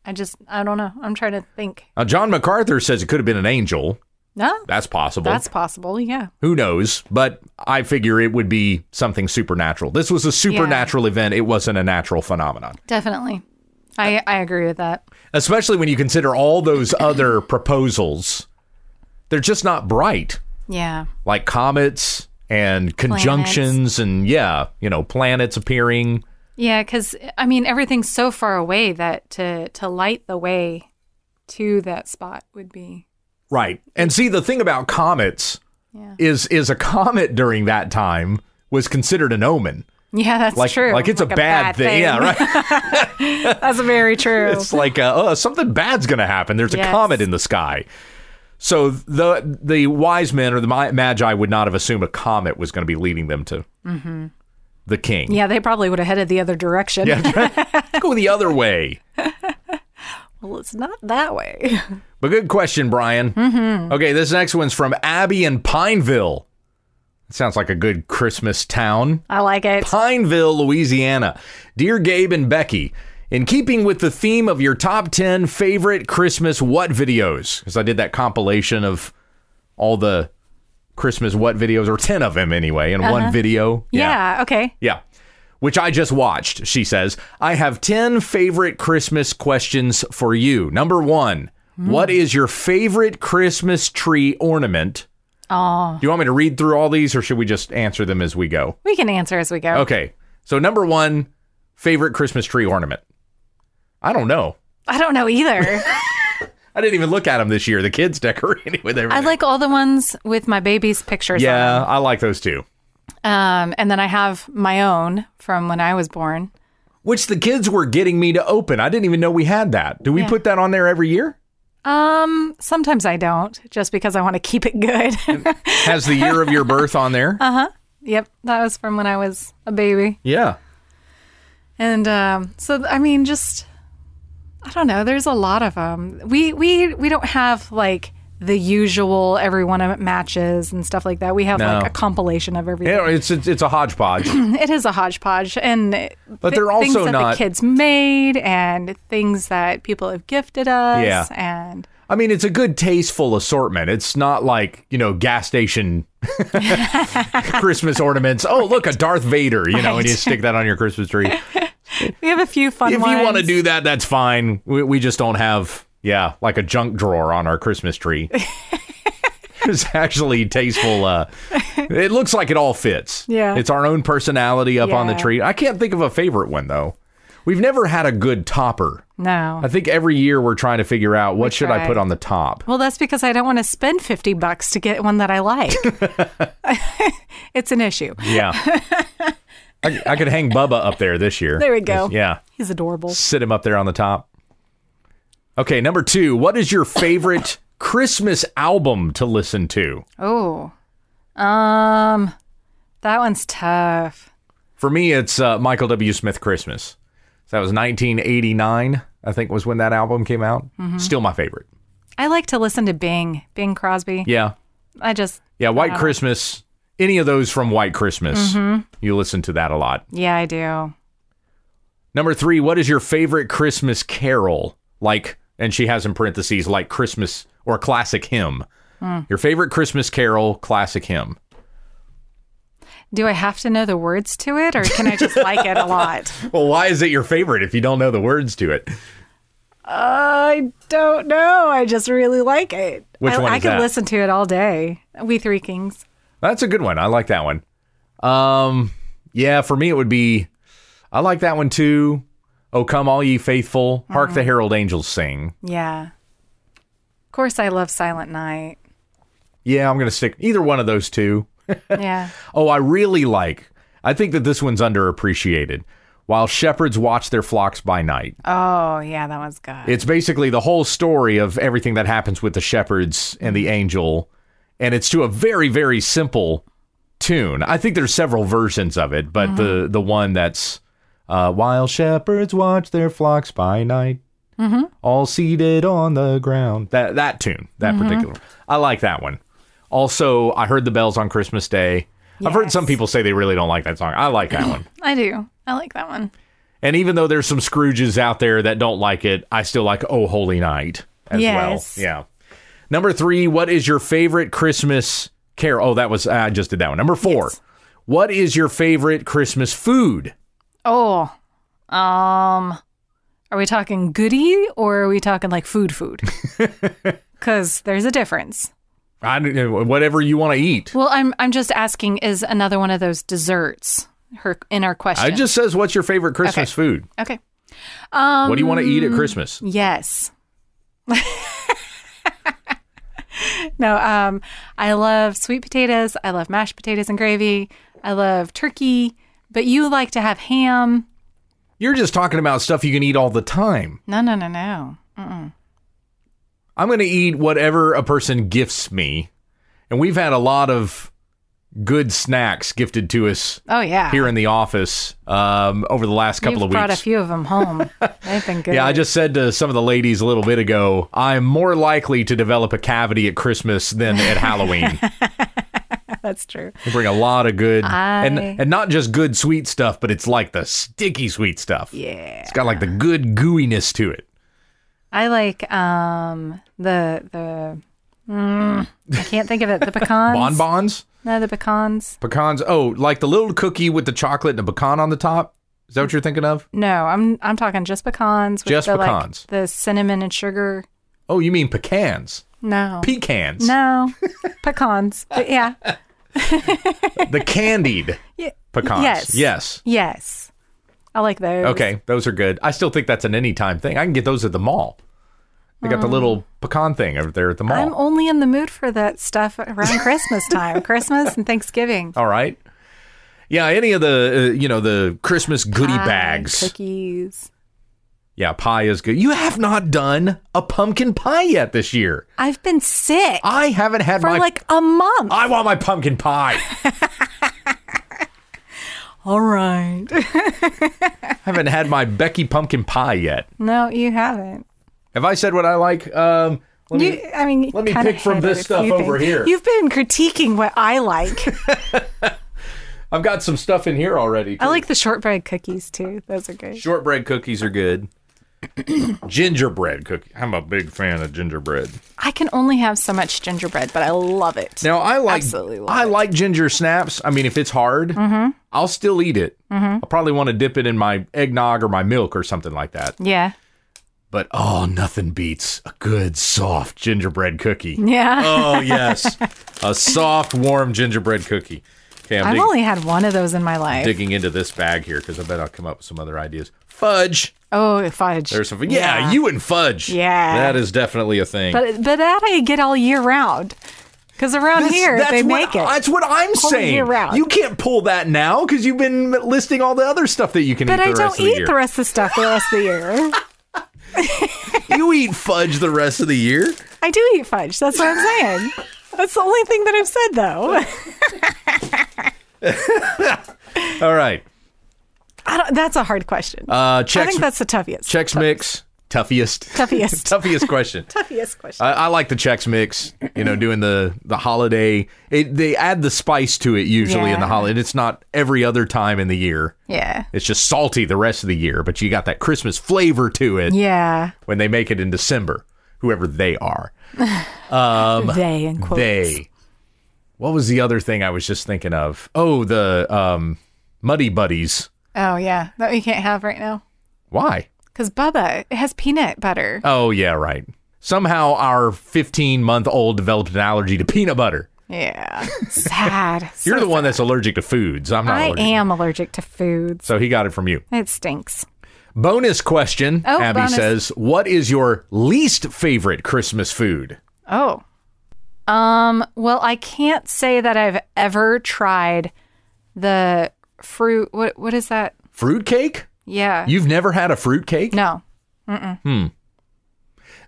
Speaker 2: I just I don't know. I'm trying to think.
Speaker 1: Now, John MacArthur says it could have been an angel.
Speaker 2: No.
Speaker 1: That's possible.
Speaker 2: That's possible. Yeah.
Speaker 1: Who knows? But I figure it would be something supernatural. This was a supernatural event. It wasn't a natural phenomenon,
Speaker 2: Definitely. I I agree with that.
Speaker 1: especially when you consider all those other proposals. They're just not bright,
Speaker 2: Yeah.
Speaker 1: like comets and conjunctions and, yeah, you know, planets appearing.
Speaker 2: Yeah, cuz I mean everything's so far away that to to light the way to that spot would be
Speaker 1: Right. And see the thing about comets
Speaker 2: Yeah.
Speaker 1: is is a comet during that time was considered an omen.
Speaker 2: Yeah, that's
Speaker 1: Like
Speaker 2: true.
Speaker 1: like it's a, bad, thing. Yeah, right.
Speaker 2: That's very true.
Speaker 1: it's like uh, oh, something bad's going to happen. There's a
Speaker 2: Yes.
Speaker 1: comet in the sky. So the the wise men or the ma- magi would not have assumed a comet was going to be leading them to the king.
Speaker 2: Mm-hmm. yeah, they probably would have headed the other direction.
Speaker 1: Let's go the other way.
Speaker 2: Well, it's not that way.
Speaker 1: But good question, Brian. Mm-hmm. Okay, this next one's from Abby in Pineville. It sounds like a good Christmas town.
Speaker 2: I like it.
Speaker 1: Pineville, Louisiana. Dear Gabe and Becky, in keeping with the theme of your top 10 favorite Christmas what videos, because I did that compilation of all the Christmas what videos, or 10 of them anyway, in one video.
Speaker 2: Yeah. okay.
Speaker 1: Yeah. Which I just watched, she says. I have 10 favorite Christmas questions for you. Number one, what is your favorite Christmas tree ornament?
Speaker 2: Oh,
Speaker 1: Do you want me to read through all these or should we just answer them as we go?
Speaker 2: we can answer as we go.
Speaker 1: Okay. So number one, favorite Christmas tree ornament. I don't know.
Speaker 2: I don't know either.
Speaker 1: I didn't even look at them this year. The kids decorated with everything.
Speaker 2: I like all the ones with my baby's pictures. On
Speaker 1: Yeah, I like those too.
Speaker 2: them. Um, and then I have my own from when I was born.
Speaker 1: Which the kids were getting me to open. I didn't even know we had that. Do we put that on there every year?
Speaker 2: Um, sometimes I don't, just because I want to keep it good.
Speaker 1: Has the year of your birth on there?
Speaker 2: Uh-huh. yep, that was from when I was a baby.
Speaker 1: Yeah.
Speaker 2: And um, so I mean, just I don't know. There's a lot of them. We we we don't have like the usual everyone matches and stuff like that. We have
Speaker 1: No.
Speaker 2: like a compilation of everything.
Speaker 1: Yeah, it's, it's it's a hodgepodge.
Speaker 2: It is a hodgepodge, and
Speaker 1: But
Speaker 2: thi-
Speaker 1: they're
Speaker 2: things
Speaker 1: also
Speaker 2: that
Speaker 1: not-
Speaker 2: the kids made, and things that people have gifted us,
Speaker 1: Yeah.
Speaker 2: and
Speaker 1: I mean, it's a good tasteful assortment. It's not like, you know, gas station Christmas ornaments. Oh, look, a Darth Vader, you know, and you
Speaker 2: Right.
Speaker 1: stick that on your Christmas tree. if
Speaker 2: we have a few fun
Speaker 1: you
Speaker 2: ones.
Speaker 1: want to do that, that's fine. We, we just don't have, yeah, like a junk drawer on our Christmas tree. It's actually tasteful. Uh, it looks like it all fits.
Speaker 2: Yeah.
Speaker 1: It's our own personality up on the
Speaker 2: Yeah.
Speaker 1: tree. I can't think of a favorite one, though. We've never had a good topper.
Speaker 2: no,
Speaker 1: I think every year we're trying to figure out what should I
Speaker 2: try.
Speaker 1: put on the top.
Speaker 2: well, that's because I don't want to spend fifty bucks to get one that I like. it's an issue.
Speaker 1: Yeah. I, I could hang Bubba up there this year.
Speaker 2: There we go.
Speaker 1: Just- yeah.
Speaker 2: He's adorable.
Speaker 1: Sit him up there on the top. Okay, number two. What is your favorite Christmas album to listen to?
Speaker 2: Oh, um, that one's tough.
Speaker 1: For me, it's uh, Michael W. Smith Christmas. So that was 1989, I think, was when that album came out. Still my favorite.
Speaker 2: I like to listen to Bing, Bing Crosby.
Speaker 1: Yeah.
Speaker 2: I just,
Speaker 1: Yeah. White Christmas. Any of those from White Christmas, you listen to that a lot.
Speaker 2: yeah, I do.
Speaker 1: Number three, what is your favorite Christmas carol? Like, and she has in parentheses, like Christmas or classic hymn. Your favorite Christmas carol, classic hymn.
Speaker 2: Do I have to know the words to it, or can I just like it a lot?
Speaker 1: Well, why is it your favorite if you don't know the words to it?
Speaker 2: I don't know. I just really like it.
Speaker 1: Which
Speaker 2: I,
Speaker 1: one
Speaker 2: I
Speaker 1: is
Speaker 2: could
Speaker 1: that?
Speaker 2: listen to it all day. We Three Kings.
Speaker 1: That's a good one. I like that one. Um, yeah, for me it would be I like that one too. Oh come all ye faithful, hark the herald angels sing.
Speaker 2: Yeah. Of course, I love Silent Night.
Speaker 1: Yeah, I'm gonna stick either one of those two.
Speaker 2: Yeah.
Speaker 1: Oh, I really like. I think that this one's underappreciated. While shepherds watch their flocks by night.
Speaker 2: oh, yeah, that was good.
Speaker 1: It's basically the whole story of everything that happens with the shepherds and the angel, and it's to a very, very simple tune. I think there's several versions of it, but the the one that's uh, while shepherds watch their flocks by night, all seated on the ground. That that tune, that particular, I like that one. Also, I heard the bells on Christmas Day. I've heard some people say they really don't like that song. I like that one.
Speaker 2: I do. I like that one.
Speaker 1: And even though there's some Scrooges out there that don't like it, I still like Oh Holy Night as
Speaker 2: Yes.
Speaker 1: well. Yeah. Number three, what is your favorite Christmas carol? Oh, that was, I just did that one. Number four, what is your favorite Christmas food?
Speaker 2: Oh, um, are we talking goody or are we talking like food food? Because there's a difference.
Speaker 1: I, don't know, whatever you want to eat.
Speaker 2: Well, I'm I'm just asking: is another one of those desserts her in our question?
Speaker 1: I just says, what's your favorite Christmas food?
Speaker 2: okay. Um,
Speaker 1: What do you want to eat at Christmas?
Speaker 2: Yes. no, um, I love sweet potatoes. I love mashed potatoes and gravy. I love turkey, but you like to have ham.
Speaker 1: You're just talking about stuff you can eat all the time.
Speaker 2: No, no, no, no.
Speaker 1: I'm going to eat whatever a person gifts me. And we've had a lot of good snacks gifted to us
Speaker 2: Oh yeah.
Speaker 1: here in the office um, over the last couple
Speaker 2: You've
Speaker 1: of
Speaker 2: brought a
Speaker 1: weeks.
Speaker 2: few of them home. They've been good.
Speaker 1: yeah, I just said to some of the ladies a little bit ago, I'm more likely to develop a cavity at Christmas than at Halloween.
Speaker 2: That's true.
Speaker 1: They bring a lot of good and
Speaker 2: I-
Speaker 1: and not just good sweet stuff, but it's like the sticky sweet stuff.
Speaker 2: Yeah.
Speaker 1: It's got like the good gooiness to it.
Speaker 2: I like um the the. Mm, I can't think of it. The pecans.
Speaker 1: Bonbons?
Speaker 2: No, the pecans.
Speaker 1: Pecans. Oh, like the little cookie with the chocolate and a pecan on the top? Is that what you're thinking of?
Speaker 2: No, I'm I'm talking just pecans. With
Speaker 1: Just
Speaker 2: the, like,
Speaker 1: pecans.
Speaker 2: the cinnamon and sugar.
Speaker 1: Oh, you mean pecans.
Speaker 2: No.
Speaker 1: Pecans.
Speaker 2: No, pecans. But yeah.
Speaker 1: The candied
Speaker 2: Ye-
Speaker 1: pecans.
Speaker 2: Yes.
Speaker 1: Yes.
Speaker 2: Yes. I like those.
Speaker 1: Okay, those are good. I still think that's an anytime thing. I can get those at the mall. They got the little pecan thing over there at the mall.
Speaker 2: Um, I'm only in the mood for that stuff around Christmas time, Christmas and Thanksgiving.
Speaker 1: All right. Yeah, any of the uh, you know the Christmas goodie
Speaker 2: Pie,
Speaker 1: bags.
Speaker 2: Cookies.
Speaker 1: Yeah, pie is good. You have not done a pumpkin pie yet this year.
Speaker 2: I've been sick
Speaker 1: I haven't had
Speaker 2: for
Speaker 1: my.
Speaker 2: like a month.
Speaker 1: I want my pumpkin pie.
Speaker 2: All right.
Speaker 1: I haven't had my Becky pumpkin pie yet.
Speaker 2: no, you haven't.
Speaker 1: Have I said what I like? Um, Let
Speaker 2: You, I mean, you
Speaker 1: let me
Speaker 2: kinda
Speaker 1: pick from
Speaker 2: had it
Speaker 1: this
Speaker 2: a
Speaker 1: stuff
Speaker 2: few
Speaker 1: over here.
Speaker 2: You've been critiquing what I like.
Speaker 1: I've got some stuff in here already.
Speaker 2: I like the shortbread cookies too. Those are good.
Speaker 1: Shortbread cookies are good. gingerbread cookie. I'm a big fan of gingerbread.
Speaker 2: I can only have so much gingerbread, but I love it.
Speaker 1: Now I like
Speaker 2: Absolutely love
Speaker 1: I
Speaker 2: it. Mm-hmm.
Speaker 1: like ginger snaps. I mean, if it's hard, I'll still eat it. I'll probably want to dip it in my eggnog or my milk or something like that.
Speaker 2: Yeah.
Speaker 1: But oh, nothing beats a good soft gingerbread cookie.
Speaker 2: Yeah.
Speaker 1: oh yes, a soft, warm gingerbread cookie. Okay, I'm,
Speaker 2: I've
Speaker 1: dig-
Speaker 2: only had one of those in my life.
Speaker 1: digging into this bag here because I bet I'll come up with some other ideas. Fudge.
Speaker 2: oh, fudge.
Speaker 1: There's something. Yeah, you and fudge.
Speaker 2: Yeah.
Speaker 1: that is definitely a thing.
Speaker 2: But but that I get all year round, because around
Speaker 1: This-
Speaker 2: here
Speaker 1: that's
Speaker 2: they
Speaker 1: what-
Speaker 2: make it.
Speaker 1: That's what I'm saying.
Speaker 2: year round.
Speaker 1: You can't pull that now because you've been listing all the other stuff that you can
Speaker 2: but
Speaker 1: eat the
Speaker 2: I
Speaker 1: rest
Speaker 2: don't
Speaker 1: of the
Speaker 2: eat
Speaker 1: year.
Speaker 2: the rest of the stuff the rest of the year.
Speaker 1: you eat fudge the rest of the year.
Speaker 2: I do eat fudge. That's what I'm saying. That's the only thing that I've said though.
Speaker 1: All right.
Speaker 2: I don't, that's a hard question.
Speaker 1: Uh,
Speaker 2: I
Speaker 1: checks,
Speaker 2: think that's the toughest.
Speaker 1: checks mix. Toughiest.
Speaker 2: Toughiest.
Speaker 1: Toughiest question.
Speaker 2: toughest question.
Speaker 1: I, I like the Chex Mix. You know, doing the the holiday. It, they add the spice to it usually in the
Speaker 2: Yeah.
Speaker 1: holiday. It's not every other time in the year.
Speaker 2: yeah.
Speaker 1: It's just salty the rest of the year, but you got that Christmas flavor to it
Speaker 2: Yeah.
Speaker 1: when they make it in December. Whoever they are,
Speaker 2: they in quotes.
Speaker 1: they. What was the other thing I was just thinking of? Oh, the um, Muddy Buddies.
Speaker 2: Oh yeah, that we can't have right now
Speaker 1: Why?
Speaker 2: because Bubba it has peanut butter.
Speaker 1: Oh yeah, right. Somehow our 15 month old developed an allergy to peanut butter.
Speaker 2: Yeah. Sad.
Speaker 1: You're the one that's allergic to foods. I'm not.
Speaker 2: I
Speaker 1: allergic.
Speaker 2: am allergic to foods.
Speaker 1: So he got it from you.
Speaker 2: It stinks.
Speaker 1: Bonus question.
Speaker 2: Oh,
Speaker 1: Abby
Speaker 2: bonus.
Speaker 1: says, "What is your least favorite Christmas food?"
Speaker 2: Oh. Um, well, I can't say that I've ever tried the fruit what what is that?
Speaker 1: Fruitcake?
Speaker 2: Yeah.
Speaker 1: You've never had a fruitcake?
Speaker 2: no.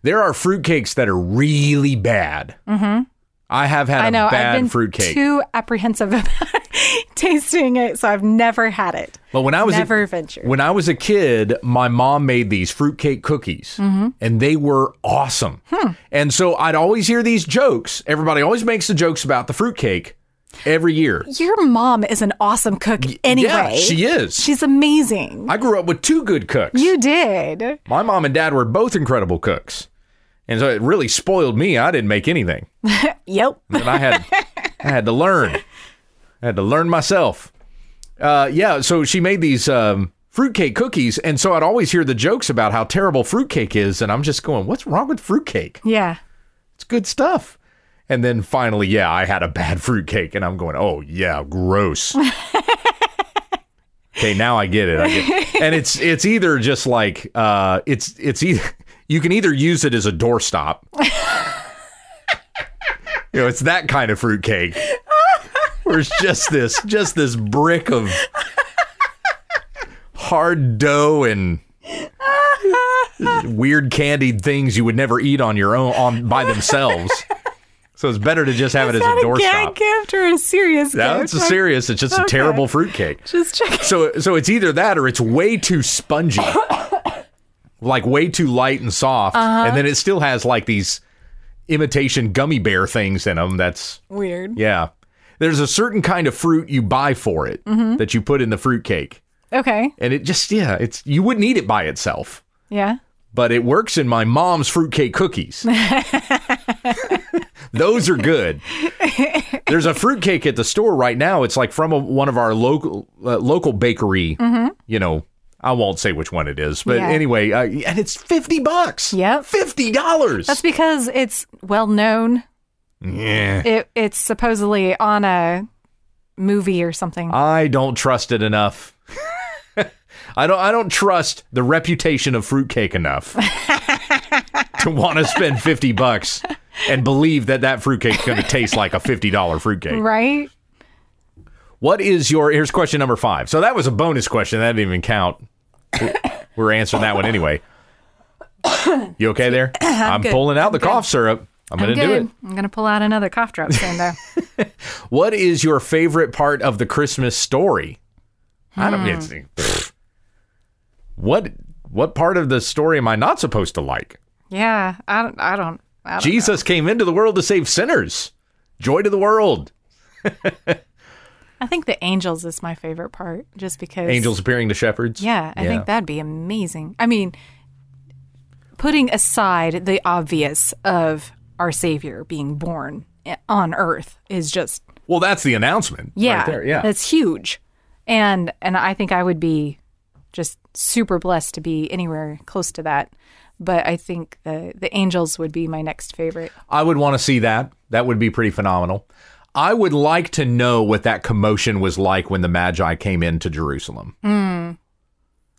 Speaker 1: There are fruitcakes that are really bad. Mm-hmm. I have had a
Speaker 2: I know
Speaker 1: bad
Speaker 2: I've been
Speaker 1: fruitcake.
Speaker 2: too apprehensive about tasting it, so I've never had it.
Speaker 1: But when I was
Speaker 2: never
Speaker 1: a,
Speaker 2: ventured.
Speaker 1: when I was a kid, my mom made these fruitcake cookies,
Speaker 2: Mm-hmm.
Speaker 1: and they were awesome.
Speaker 2: Hmm.
Speaker 1: And so I'd always hear these jokes. Everybody always makes the jokes about the fruitcake every year.
Speaker 2: Your mom is an awesome cook anyway.
Speaker 1: yeah, she is.
Speaker 2: She's amazing.
Speaker 1: I grew up with two good cooks.
Speaker 2: you did.
Speaker 1: my mom and dad were both incredible cooks, and so it really spoiled me. I didn't make anything,
Speaker 2: Yep.
Speaker 1: and I had I had to learn. I had to learn myself. Uh, yeah, so she made these um, fruitcake cookies, and so I'd always hear the jokes about how terrible fruitcake is, and I'm just going, "What's wrong with fruitcake?
Speaker 2: Yeah.
Speaker 1: It's good stuff." And then finally, yeah, I had a bad fruitcake, and I'm going, "Oh yeah, gross." okay, now I get it. I get it. And it's it's either just like uh, it's it's either you can either use it as a doorstop. you know, it's that kind of fruitcake. Where it's just this just this brick of hard dough and weird candied things you would never eat on your own on by themselves. So it's better to just have it as
Speaker 2: Not
Speaker 1: a
Speaker 2: a gag
Speaker 1: doorstop.
Speaker 2: gift or a serious
Speaker 1: No,
Speaker 2: gift.
Speaker 1: it's a
Speaker 2: Like,
Speaker 1: serious. It's just a
Speaker 2: Okay.
Speaker 1: terrible fruitcake.
Speaker 2: Just check.
Speaker 1: So so it's either that or it's way too spongy. like way too light and soft. And then it still has like these imitation gummy bear things in them. That's
Speaker 2: Weird.
Speaker 1: yeah. There's a certain kind of fruit you buy for it that you put in the fruitcake.
Speaker 2: Okay.
Speaker 1: And it just yeah, it's you wouldn't eat it by itself.
Speaker 2: Yeah.
Speaker 1: But it works in my mom's fruitcake cookies. Those are good. There's a fruitcake at the store right now. It's like from a, one of our local uh, local bakery. You know, I won't say which one it is, but
Speaker 2: Mm-hmm. Yeah.
Speaker 1: anyway, uh, and it's fifty bucks.
Speaker 2: Yep.
Speaker 1: fifty dollars.
Speaker 2: That's because it's well known.
Speaker 1: Yeah,
Speaker 2: It it's supposedly on a movie or something.
Speaker 1: I don't trust it enough. I don't. I don't trust the reputation of fruitcake enough to want to spend fifty bucks and believe that that fruitcake's going to taste like a fifty dollar fruitcake.
Speaker 2: Right?
Speaker 1: What is your here's question number five? So that was a bonus question that didn't even count. We're- We're answering that one anyway. You okay there? I'm,
Speaker 2: good.
Speaker 1: pulling out the cough syrup. I'm gonna
Speaker 2: I'm
Speaker 1: do
Speaker 2: good.
Speaker 1: it.
Speaker 2: I'm gonna pull out another cough drop soon though.
Speaker 1: What is your favorite part of the Christmas story? I
Speaker 2: Hmm.
Speaker 1: don't it's, pfft. What what part of the story am I not supposed to like?
Speaker 2: yeah. I don't I don't I don't
Speaker 1: Jesus came into the world to save sinners. Joy to the world.
Speaker 2: I think the angels is my favorite part, just because
Speaker 1: Angels appearing to shepherds.
Speaker 2: Yeah, I think that'd be amazing. I mean, putting aside the obvious of our Savior being born i- on Earth is just
Speaker 1: Well, that's the announcement.
Speaker 2: yeah,
Speaker 1: Right there. Yeah.
Speaker 2: that's huge. And and I think I would be just super blessed to be anywhere close to that. But I think the the angels would be my next favorite.
Speaker 1: I would want to see that. That would be pretty phenomenal. I would like to know what that commotion was like when the Magi came into Jerusalem.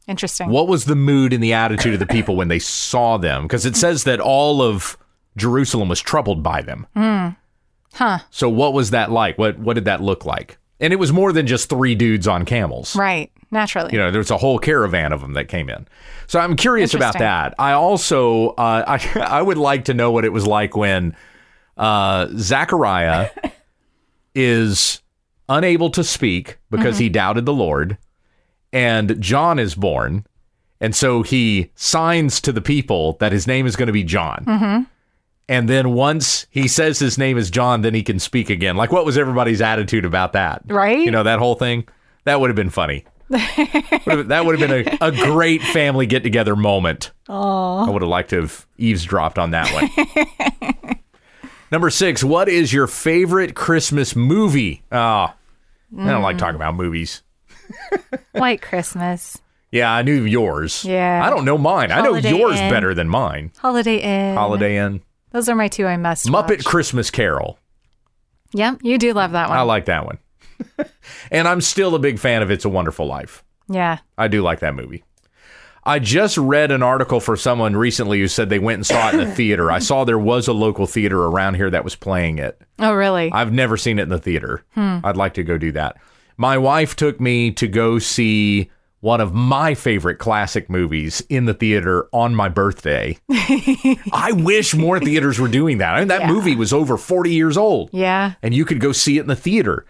Speaker 2: Interesting.
Speaker 1: What was the mood and the attitude of the people when they saw them? Because it says that all of Jerusalem was troubled by them.
Speaker 2: Hmm. Huh.
Speaker 1: So what was that like? What what did that look like? And it was more than just three dudes on camels.
Speaker 2: Right. Naturally.
Speaker 1: You know, there's a whole caravan of them that came in. So I'm curious about
Speaker 2: Interesting.
Speaker 1: that. I also uh, I I would like to know what it was like when uh, Zechariah is unable to speak because he doubted the Lord, and John is born, and so he signs to the people that his name is going to be John. And then once he says his name is John, then he can speak again. Like, what was everybody's attitude about that?
Speaker 2: Right?
Speaker 1: You know, that whole thing? That would have been funny. Would have- that would have been a, a great family get together moment. I would have liked to have eavesdropped on that one. Number six, what is your favorite Christmas movie? Oh, I don't
Speaker 2: Mm.
Speaker 1: like talking about movies.
Speaker 2: White Christmas,
Speaker 1: Yeah, I knew yours.
Speaker 2: Yeah.
Speaker 1: I don't know mine. I
Speaker 2: Holiday
Speaker 1: know yours
Speaker 2: Inn.
Speaker 1: better than mine.
Speaker 2: Holiday Inn.
Speaker 1: Holiday Inn,
Speaker 2: Those are my two I must
Speaker 1: Muppet
Speaker 2: watch.
Speaker 1: Christmas Carol.
Speaker 2: Yep, you do love that one.
Speaker 1: I like that one. and I'm still a big fan of It's a Wonderful Life.
Speaker 2: yeah.
Speaker 1: I do like that movie. I just read an article for someone recently who said they went and saw it in the theater. I saw there was a local theater around here that was playing it.
Speaker 2: Oh, really?
Speaker 1: I've never seen it in the theater. I'd like to go do that. My wife took me to go see one of my favorite classic movies in the theater on my birthday. I wish more theaters were doing that. I mean, that movie was over 40 years old
Speaker 2: yeah.
Speaker 1: and you could go see it in the theater.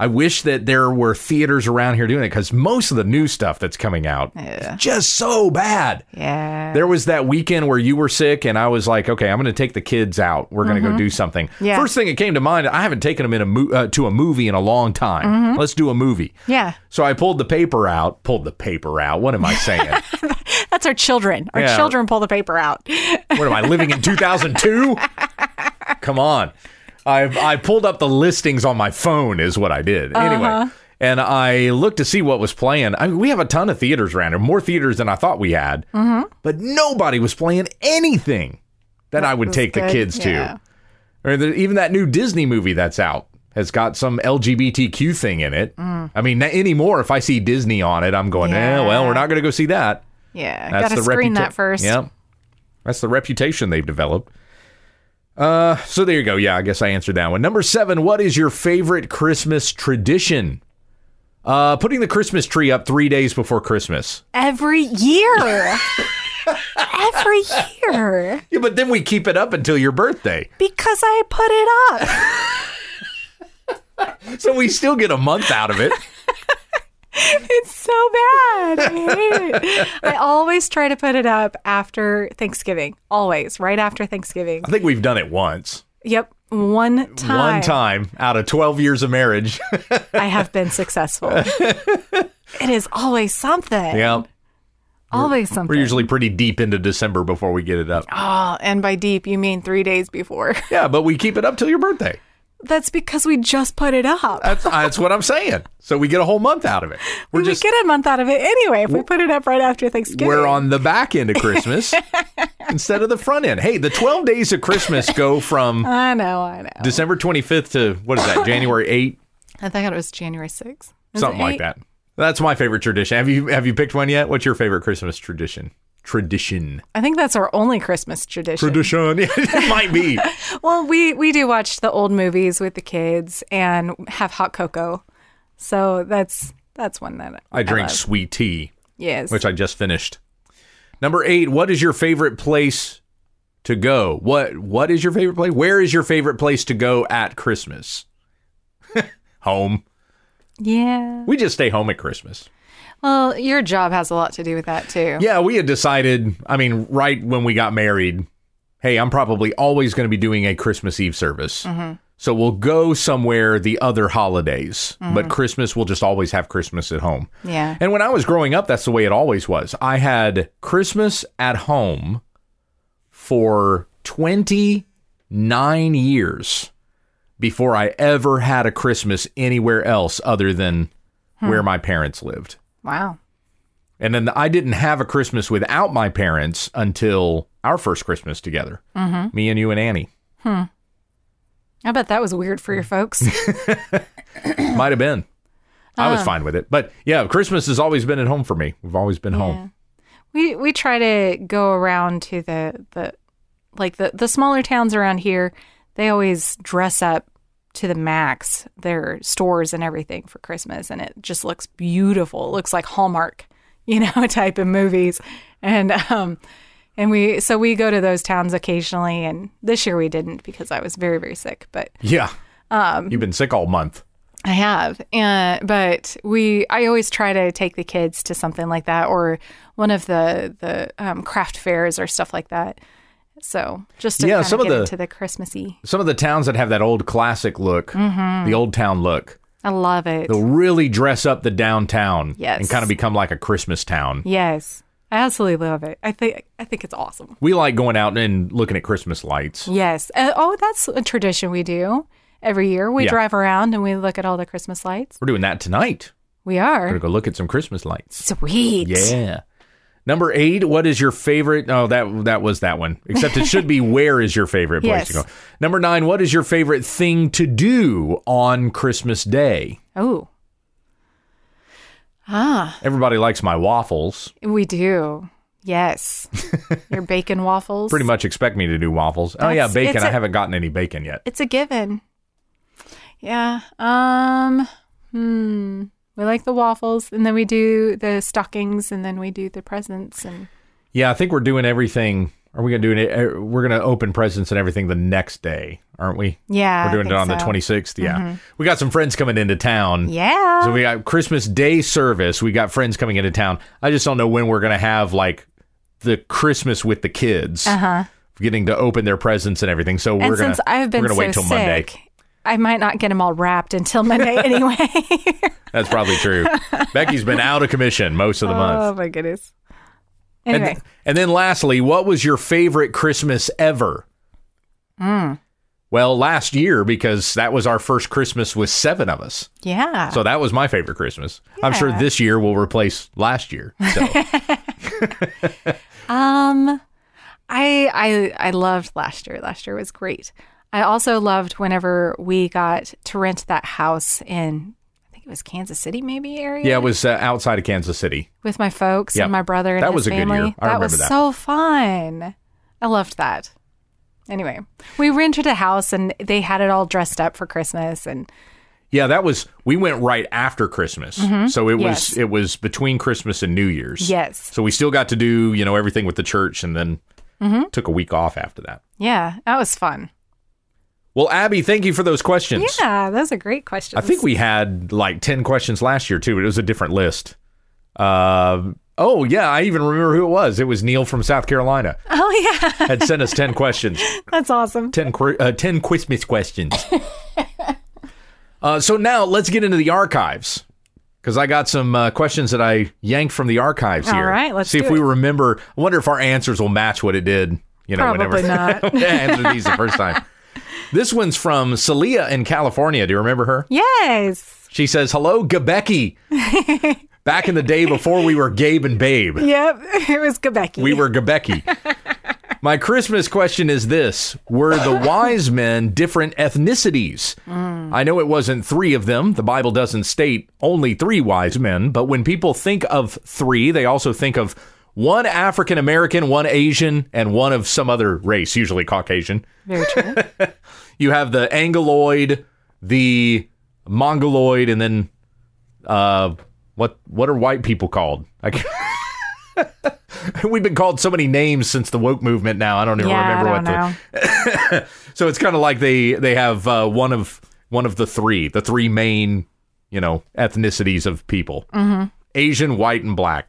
Speaker 1: I wish that there were theaters around here doing it because most of the new stuff that's coming out
Speaker 2: Yeah.
Speaker 1: is just so bad.
Speaker 2: Yeah.
Speaker 1: There was that weekend where you were sick, and I was like, "Okay, I'm going to take the kids out. We're going to go do something."
Speaker 2: Mm-hmm. Yeah.
Speaker 1: First thing that came to mind, I haven't taken them in a mo- uh, to a movie in a long time. Let's do a movie.
Speaker 2: Mm-hmm. yeah.
Speaker 1: So I pulled the paper out. Pulled the paper out. What am I saying?
Speaker 2: That's our children. Our
Speaker 1: Yeah.
Speaker 2: children pull the paper out.
Speaker 1: What am I living in 2002? Come on. I I pulled up the listings on my phone is what I did.
Speaker 2: Uh-huh.
Speaker 1: Anyway, and I looked to see what was playing. I mean, we have a ton of theaters around here, more theaters than I thought we had.
Speaker 2: Mm-hmm.
Speaker 1: But nobody was playing anything that, I would take the
Speaker 2: good.
Speaker 1: kids
Speaker 2: Yeah.
Speaker 1: to. Or the, even that new Disney movie that's out has got some LGBTQ thing in it.
Speaker 2: Mm.
Speaker 1: I mean, not anymore if I see Disney on it, I'm going, eh, well, we're
Speaker 2: Yeah.
Speaker 1: not going to go see that.
Speaker 2: Yeah.
Speaker 1: That's
Speaker 2: Gotta
Speaker 1: the
Speaker 2: screen
Speaker 1: reputa-
Speaker 2: that first.
Speaker 1: Yep. That's the reputation they've developed. Uh, so there you go. Yeah, I guess I answered that one. Number seven. What is your favorite Christmas tradition? Uh, putting the Christmas tree up three days before Christmas.
Speaker 2: Every year. Every year.
Speaker 1: Yeah, but then we keep it up until your birthday,
Speaker 2: Because I put it up.
Speaker 1: so we still get a month out of it.
Speaker 2: It's so bad. I hate it. I always try to put it up after Thanksgiving. Always. Right after Thanksgiving.
Speaker 1: I think we've done it once,
Speaker 2: Yep. One time.
Speaker 1: one time out of twelve years of marriage.
Speaker 2: I have been successful. it is always something.
Speaker 1: yeah,
Speaker 2: Always something.
Speaker 1: we're usually pretty deep into December before we get it up.
Speaker 2: Oh, and by deep, you mean three days before.
Speaker 1: Yeah, but we keep it up till your birthday.
Speaker 2: That's because we just put it up.
Speaker 1: That's that's what I'm saying. So we get a whole month out of it. We're
Speaker 2: we
Speaker 1: just
Speaker 2: get a month out of it anyway if we put it up right after Thanksgiving.
Speaker 1: we're on the back end of Christmas instead of the front end. Hey, the 12 days of Christmas go from
Speaker 2: I know, I know.
Speaker 1: December 25th to what is that, January 8th,
Speaker 2: I thought it was January 6th. Was
Speaker 1: something
Speaker 2: it
Speaker 1: like
Speaker 2: eight?
Speaker 1: that. That's my favorite tradition. Have you have you picked one yet? What's your favorite Christmas tradition? Tradition.
Speaker 2: I think that's our only Christmas tradition.
Speaker 1: Tradition. it might be.
Speaker 2: well, we, we do watch the old movies with the kids and have hot cocoa. So that's that's one that
Speaker 1: I drink
Speaker 2: love.
Speaker 1: sweet tea,
Speaker 2: Yes.
Speaker 1: which I just finished. Number 8, what is your favorite place to go? What what is your favorite place? Where is your favorite place to go at Christmas? home.
Speaker 2: yeah.
Speaker 1: We just stay home at Christmas.
Speaker 2: Well, your job has a lot to do with that too.
Speaker 1: Yeah, we had decided. I mean, right when we got married, hey, I'm probably always going to be doing a Christmas Eve service. So we'll go somewhere the other holidays, but Christmas, we'll just always have Christmas at home.
Speaker 2: Yeah.
Speaker 1: And when I was growing up, that's the way it always was. I had Christmas at home for 29 years before I ever had a Christmas anywhere else other than where my parents lived.
Speaker 2: Wow.
Speaker 1: And then I didn't have a Christmas without my parents until our first Christmas together. Mm-hmm. Me and you and Annie.
Speaker 2: I bet that was weird for your folks.
Speaker 1: Might have been. I was fine with it. But yeah, Christmas has always been at home for me. We've always been home.
Speaker 2: we we try to go around to the the like the the smaller towns around here. They always dress up to the max their stores and everything for Christmas, and it just looks beautiful. It looks like Hallmark, you know, type of movies, and um. And we so we go to those towns occasionally, and this year we didn't because I was very very sick. But
Speaker 1: Yeah. Um, You've been sick all month.
Speaker 2: I have, and but we I always try to take the kids to something like that or one of the the um, craft fairs or stuff like that. So just to
Speaker 1: Yeah,
Speaker 2: kind
Speaker 1: some
Speaker 2: of
Speaker 1: of
Speaker 2: get
Speaker 1: the-
Speaker 2: into the Christmassy,
Speaker 1: Some of the towns that have that old classic look, the old town look,
Speaker 2: I love it.
Speaker 1: they'll really dress up the downtown
Speaker 2: Yes.
Speaker 1: and kind of become like a Christmas town.
Speaker 2: yes, I absolutely love it. I think I think it's awesome.
Speaker 1: We like going out and looking at Christmas lights.
Speaker 2: Yes. Uh, oh, that's a tradition we do every year. We
Speaker 1: Yeah.
Speaker 2: drive around and we look at all the Christmas lights.
Speaker 1: We're doing that tonight.
Speaker 2: We
Speaker 1: We're
Speaker 2: are
Speaker 1: going to go look at some Christmas lights.
Speaker 2: sweet.
Speaker 1: Yeah. Number eight, what is your favorite? Oh, that that was that one. Except it should be where is your favorite place to
Speaker 2: Yes.
Speaker 1: go. Number nine, what is your favorite thing to do on Christmas Day?
Speaker 2: Oh. Ah.
Speaker 1: Everybody likes my waffles.
Speaker 2: We do. Yes. Your bacon waffles.
Speaker 1: Pretty much expect me to do waffles. oh yeah,
Speaker 2: That's-
Speaker 1: bacon.
Speaker 2: it's
Speaker 1: I
Speaker 2: a-
Speaker 1: I haven't gotten any bacon yet.
Speaker 2: It's a given. Yeah. Um hmm. We like the waffles and then we do the stockings and then we do the presents and
Speaker 1: Yeah, I think we're doing everything. Are we gonna do it? eh, We're gonna open presents and everything the next day, aren't we?
Speaker 2: yeah. I
Speaker 1: we're doing it
Speaker 2: think
Speaker 1: on the
Speaker 2: so. Mm-hmm.
Speaker 1: twenty sixth. Yeah, we got some friends coming into town.
Speaker 2: Yeah.
Speaker 1: So we got Christmas Day service. We got friends coming into town. I just don't know when we're gonna have like the Christmas with the kids,
Speaker 2: uh-huh.
Speaker 1: getting to open their presents and everything. So
Speaker 2: And
Speaker 1: we're gonna
Speaker 2: since I've been
Speaker 1: we're gonna
Speaker 2: so
Speaker 1: wait till
Speaker 2: sick,
Speaker 1: Monday.
Speaker 2: I might not get them all wrapped until Monday anyway.
Speaker 1: That's probably true. Becky's been out of commission most of the
Speaker 2: oh
Speaker 1: month.
Speaker 2: my goodness.
Speaker 1: And,
Speaker 2: Anyway,
Speaker 1: and then lastly, what was your favorite Christmas ever?
Speaker 2: Mm.
Speaker 1: Well, last year because that was our first Christmas with seven of us.
Speaker 2: yeah.
Speaker 1: So that was my favorite Christmas. I'm sure this year will replace last year. So
Speaker 2: Um, I I I loved last year. Last year was great. I also loved whenever we got to rent that house in I think it was Kansas City, maybe area.
Speaker 1: yeah, it was uh, outside of Kansas City.
Speaker 2: with my folks
Speaker 1: Yep.
Speaker 2: and my brother and
Speaker 1: That
Speaker 2: his
Speaker 1: was a good year.
Speaker 2: family.
Speaker 1: I
Speaker 2: that was
Speaker 1: remember that.
Speaker 2: so fun. I loved that. Anyway, we rented a house and they had it all dressed up for Christmas and
Speaker 1: Yeah, that was we went right after Christmas. So it was
Speaker 2: Mm-hmm. Yes.
Speaker 1: it was between Christmas and New Year's.
Speaker 2: yes,
Speaker 1: So we still got to do, you know, everything with the church and then
Speaker 2: Mm-hmm.
Speaker 1: took a week off after that.
Speaker 2: yeah, that was fun.
Speaker 1: Well, Abby, thank you for those questions.
Speaker 2: Yeah, those are great questions.
Speaker 1: I think we had like 10 questions last year too, but it was a different list. Uh, oh yeah, I even remember who it was. It was Neil from South Carolina.
Speaker 2: Oh yeah,
Speaker 1: Had sent us 10 questions.
Speaker 2: that's awesome.
Speaker 1: 10, qu- uh, 10 Christmas questions. uh, so now let's get into the archives because I got some uh, questions that I yanked from the archives
Speaker 2: All
Speaker 1: here.
Speaker 2: right, let's
Speaker 1: see if
Speaker 2: do
Speaker 1: we
Speaker 2: it.
Speaker 1: remember. I wonder if our answers will match what it did. You know,
Speaker 2: Probably
Speaker 1: whenever
Speaker 2: not.
Speaker 1: I answered these the first time. This one's from Celia in California. Do you remember her?
Speaker 2: Yes.
Speaker 1: She says, "Hello, Gabecki." Back in the day before we were Gabe and Babe.
Speaker 2: Yep. It was Quebec.
Speaker 1: We were Gabecki. My Christmas question is this Were the wise men different ethnicities? I know it wasn't three of them. The Bible doesn't state only three wise men, but when people think of three, they also think of one African American, one Asian, and one of some other race, usually Caucasian.
Speaker 2: Very true.
Speaker 1: You have the Angoloid, the Mongoloid, and then uh, what what are white people called? I can't- We've been called so many names since the woke movement. Now I don't even
Speaker 2: yeah, I
Speaker 1: remember
Speaker 2: don't
Speaker 1: what the.
Speaker 2: know.
Speaker 1: So it's kind of like they they have uh, one of one of the three, the three main, you know, ethnicities of people: Asian, white, and black.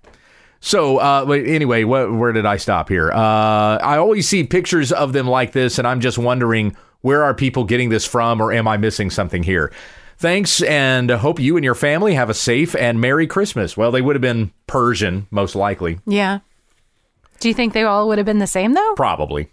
Speaker 1: So, uh, wait, anyway, wh- where did I stop here? Uh, I always see pictures of them like this, and I'm just wondering where are people getting this from, or am I missing something here? Thanks, and hope you and your family have a safe and Merry Christmas. Well, they would have been Persian, most likely,
Speaker 2: Yeah. Do you think they all would have been the same though?
Speaker 1: probably.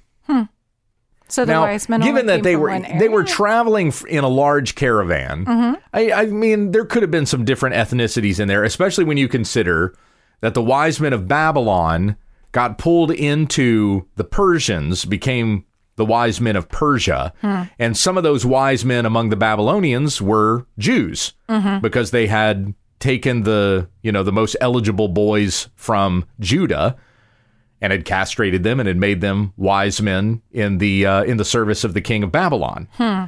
Speaker 2: So the
Speaker 1: Now,
Speaker 2: wise men all
Speaker 1: given that
Speaker 2: came
Speaker 1: they
Speaker 2: from
Speaker 1: were
Speaker 2: one
Speaker 1: they
Speaker 2: area? Mm-hmm.
Speaker 1: were traveling f- in a large caravan, I, I mean, there could have been some different ethnicities in there, especially when you consider that the wise men of Babylon got pulled into the Persians, became the wise men of Persia,
Speaker 2: Hmm.
Speaker 1: and some of those wise men among the Babylonians were Jews
Speaker 2: Mm-hmm.
Speaker 1: because they had taken the you know the most eligible boys from Judah and had castrated them and had made them wise men in the uh, in the service of the king of Babylon.
Speaker 2: Hmm.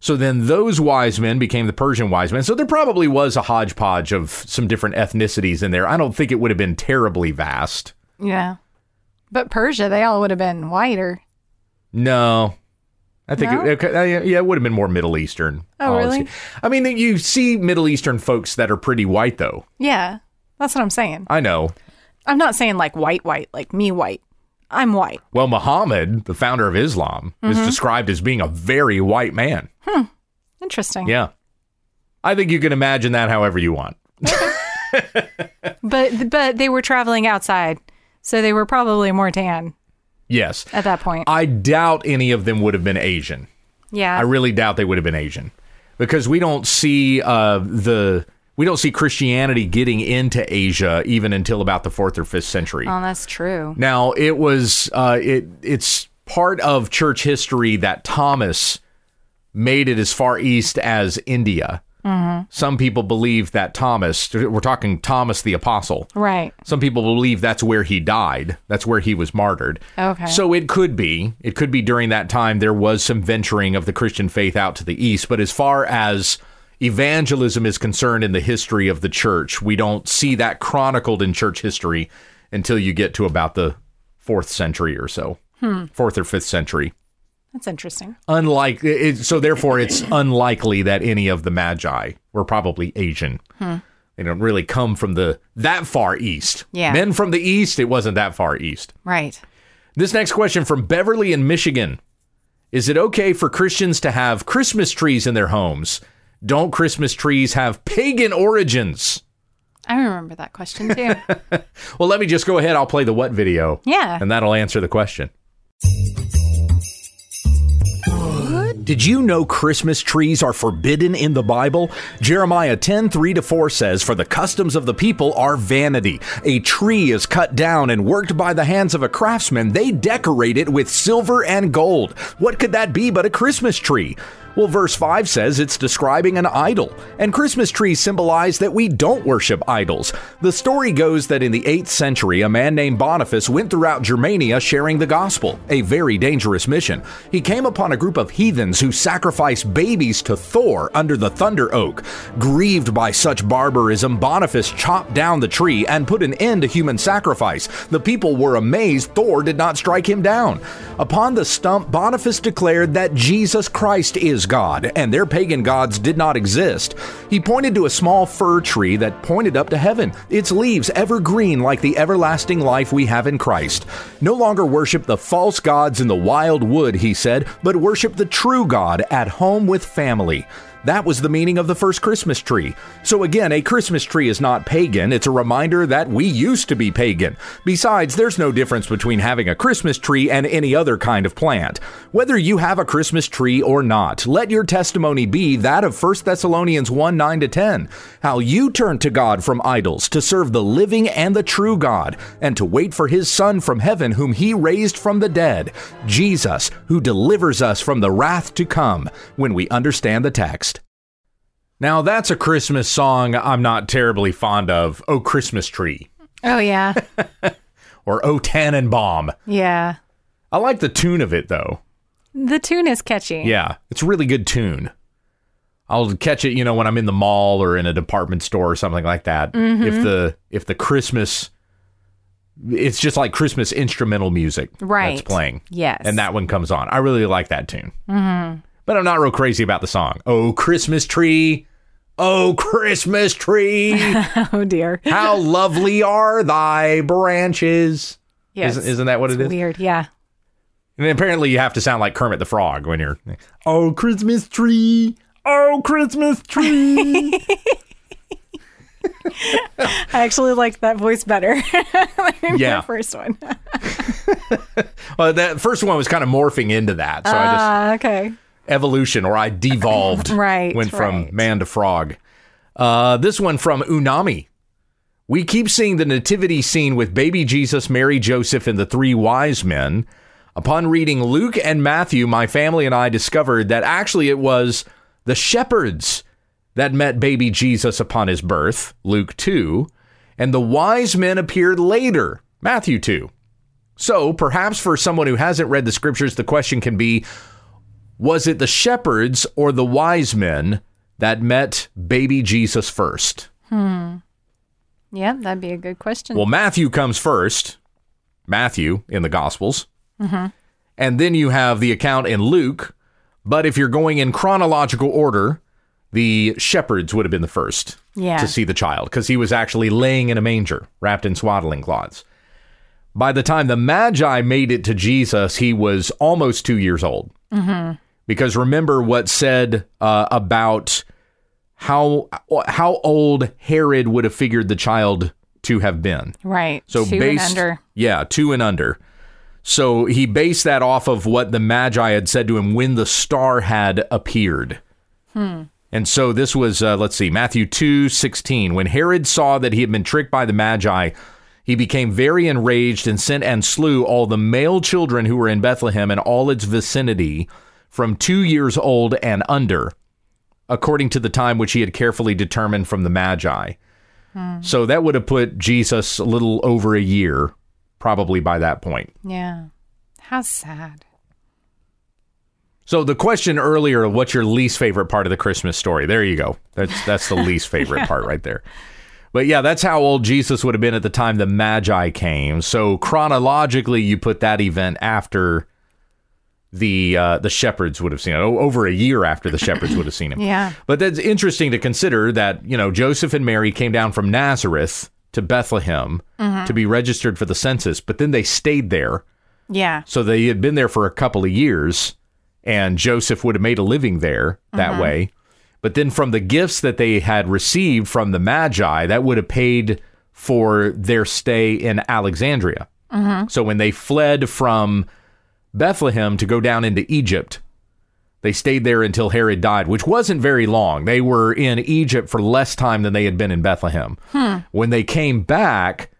Speaker 1: So then those wise men became the Persian wise men. So there probably was a hodgepodge of some different ethnicities in there. I don't think it would have been terribly vast.
Speaker 2: Yeah. But Persia, they all would have been whiter.
Speaker 1: No. I think
Speaker 2: No?
Speaker 1: it, okay, uh, yeah, it would have been more Middle Eastern.
Speaker 2: Oh,
Speaker 1: honestly.
Speaker 2: really?
Speaker 1: I mean, you see Middle Eastern folks that are pretty white, though.
Speaker 2: Yeah. That's what I'm saying.
Speaker 1: I know.
Speaker 2: I'm not saying like white, white, like me white. I'm white.
Speaker 1: Well, Muhammad, the founder of Islam,
Speaker 2: Mm-hmm.
Speaker 1: is described as being a very white man.
Speaker 2: Interesting.
Speaker 1: Yeah. I think you can imagine that however you want.
Speaker 2: But but they were traveling outside, so they were probably more tan
Speaker 1: Yes.
Speaker 2: at that point.
Speaker 1: I doubt any of them would have been Asian.
Speaker 2: yeah.
Speaker 1: I really doubt they would have been Asian because we don't see uh, the we don't see Christianity getting into Asia even until about the fourth or fifth century.
Speaker 2: oh, that's true.
Speaker 1: Now it was uh, it it's part of church history that Thomas made it as far east as India. Some people believe that Thomas, we're talking Thomas the Apostle,
Speaker 2: Right.
Speaker 1: some people believe that's where he died. That's where he was martyred.
Speaker 2: Okay.
Speaker 1: So it could be. It could be during that time there was some venturing of the Christian faith out to the east. But as far as evangelism is concerned in the history of the church, we don't see that chronicled in church history until you get to about the fourth century or so, fourth or fifth century.
Speaker 2: That's interesting.
Speaker 1: Unlike it, so, therefore, it's unlikely that any of the Magi were probably Asian. They don't really come from the that far east.
Speaker 2: Yeah.
Speaker 1: men from the east. It wasn't that far east.
Speaker 2: Right.
Speaker 1: This next question from Beverly in Michigan: Is it okay for Christians to have Christmas trees in their homes? Don't Christmas trees have pagan origins?
Speaker 2: I remember that question too.
Speaker 1: Well, let me just go ahead. I'll play the what video.
Speaker 2: Yeah.
Speaker 1: and that'll answer the question. Did you know Christmas trees are forbidden in the Bible? Jeremiah 10 3 to 4 says, For the customs of the people are vanity. A tree is cut down and worked by the hands of a craftsman. They decorate it with silver and gold. What could that be but a Christmas tree? Well, verse 5 says it's describing an idol, and Christmas trees symbolize that we don't worship idols. The story goes that in the 8th century, a man named Boniface went throughout Germania sharing the gospel, a very dangerous mission. He came upon a group of heathens who sacrificed babies to Thor under the thunder oak. Grieved by such barbarism, Boniface chopped down the tree and put an end to human sacrifice. The people were amazed Thor did not strike him down. Upon the stump, Boniface declared that Jesus Christ is God and their pagan gods did not exist. He pointed to a small fir tree that pointed up to heaven, its leaves evergreen like the everlasting life we have in Christ. No longer worship the false gods in the wild wood, he said, but worship the true God at home with family. That was the meaning of the first Christmas tree. So, again, a Christmas tree is not pagan. It's a reminder that we used to be pagan. Besides, there's no difference between having a Christmas tree and any other kind of plant. Whether you have a Christmas tree or not, let your testimony be that of 1 Thessalonians 1 9 to 10, how you turned to God from idols to serve the living and the true God, and to wait for his Son from heaven, whom he raised from the dead, Jesus, who delivers us from the wrath to come, when we understand the text. Now, that's a Christmas song I'm not terribly fond of. Oh, Christmas Tree,
Speaker 2: Oh yeah.
Speaker 1: or Oh, Tannenbaum.
Speaker 2: Yeah.
Speaker 1: I like the tune of it, though.
Speaker 2: The tune is catchy.
Speaker 1: Yeah, it's a really good tune. I'll catch it, you know, when I'm in the mall or in a department store or something like that.
Speaker 2: Mm-hmm.
Speaker 1: If the if the Christmas it's just like Christmas instrumental music that's
Speaker 2: Right.
Speaker 1: playing.
Speaker 2: Yes.
Speaker 1: And that one comes on. I really like that tune. Mm-hmm. But I'm not real crazy about the song. Oh, Christmas tree, Oh, Christmas tree,
Speaker 2: oh dear.
Speaker 1: how lovely are thy branches.
Speaker 2: Yes.
Speaker 1: Isn't, isn't that what it is?
Speaker 2: Weird. Yeah.
Speaker 1: And apparently you have to sound like Kermit the Frog when you're, oh, Christmas tree, oh, Christmas tree.
Speaker 2: I actually liked that voice better than
Speaker 1: Yeah.
Speaker 2: the first one.
Speaker 1: well, that first one was kind of morphing into that. So I just
Speaker 2: Ah, okay.
Speaker 1: evolution or I devolved.
Speaker 2: Right,
Speaker 1: Went from
Speaker 2: right.
Speaker 1: man to frog. Uh, this one from Unami. We keep seeing the nativity scene with baby Jesus, Mary, Joseph, and the three wise men. Upon reading Luke and Matthew, my family and I discovered that actually it was the shepherds that met baby Jesus upon his birth, Luke 2, and the wise men appeared later, Matthew 2. So perhaps for someone who hasn't read the scriptures, the question can be was it the shepherds or the wise men that met baby Jesus first?
Speaker 2: Yeah, that'd be a good question.
Speaker 1: Well, Matthew comes first, Matthew in the Gospels. And then you have the account in Luke. But if you're going in chronological order, the shepherds would have been the first
Speaker 2: yeah.
Speaker 1: to see the child because he was actually laying in a manger wrapped in swaddling cloths. By the time the Magi made it to Jesus, he was almost two years old. Mm-hmm. Because remember what said uh, about how how old Herod would have figured the child to have been.
Speaker 2: right.
Speaker 1: So
Speaker 2: Two
Speaker 1: based,
Speaker 2: and under.
Speaker 1: yeah, two and under. So he based that off of what the Magi had said to him when the star had appeared.
Speaker 2: Hmm.
Speaker 1: And so this was, uh, let's see, Matthew two sixteen. When Herod saw that he had been tricked by the Magi, he became very enraged and sent and slew all the male children who were in Bethlehem and all its vicinity from two years old and under, according to the time which he had carefully determined from the Magi. So that would have put Jesus a little over a year, probably by that point.
Speaker 2: Yeah. How sad.
Speaker 1: So the question earlier, what's your least favorite part of the Christmas story? There you go. That's that's the least favorite part right there. But yeah, that's how old Jesus would have been at the time the Magi came. So chronologically, you put that event after the uh, the shepherds would have seen it. O- Over a year after the shepherds would have seen him.
Speaker 2: Yeah.
Speaker 1: But that's interesting to consider that you know Joseph and Mary came down from Nazareth to Bethlehem to be registered for the census, but then they stayed there.
Speaker 2: Yeah.
Speaker 1: So they had been there for a couple of years, and Joseph would have made a living there that way. But then from the gifts that they had received from the Magi, that would have paid for their stay in Alexandria. So when they fled from Bethlehem to go down into Egypt, they stayed there until Herod died, which wasn't very long. They were in Egypt for less time than they had been in Bethlehem. When they came back,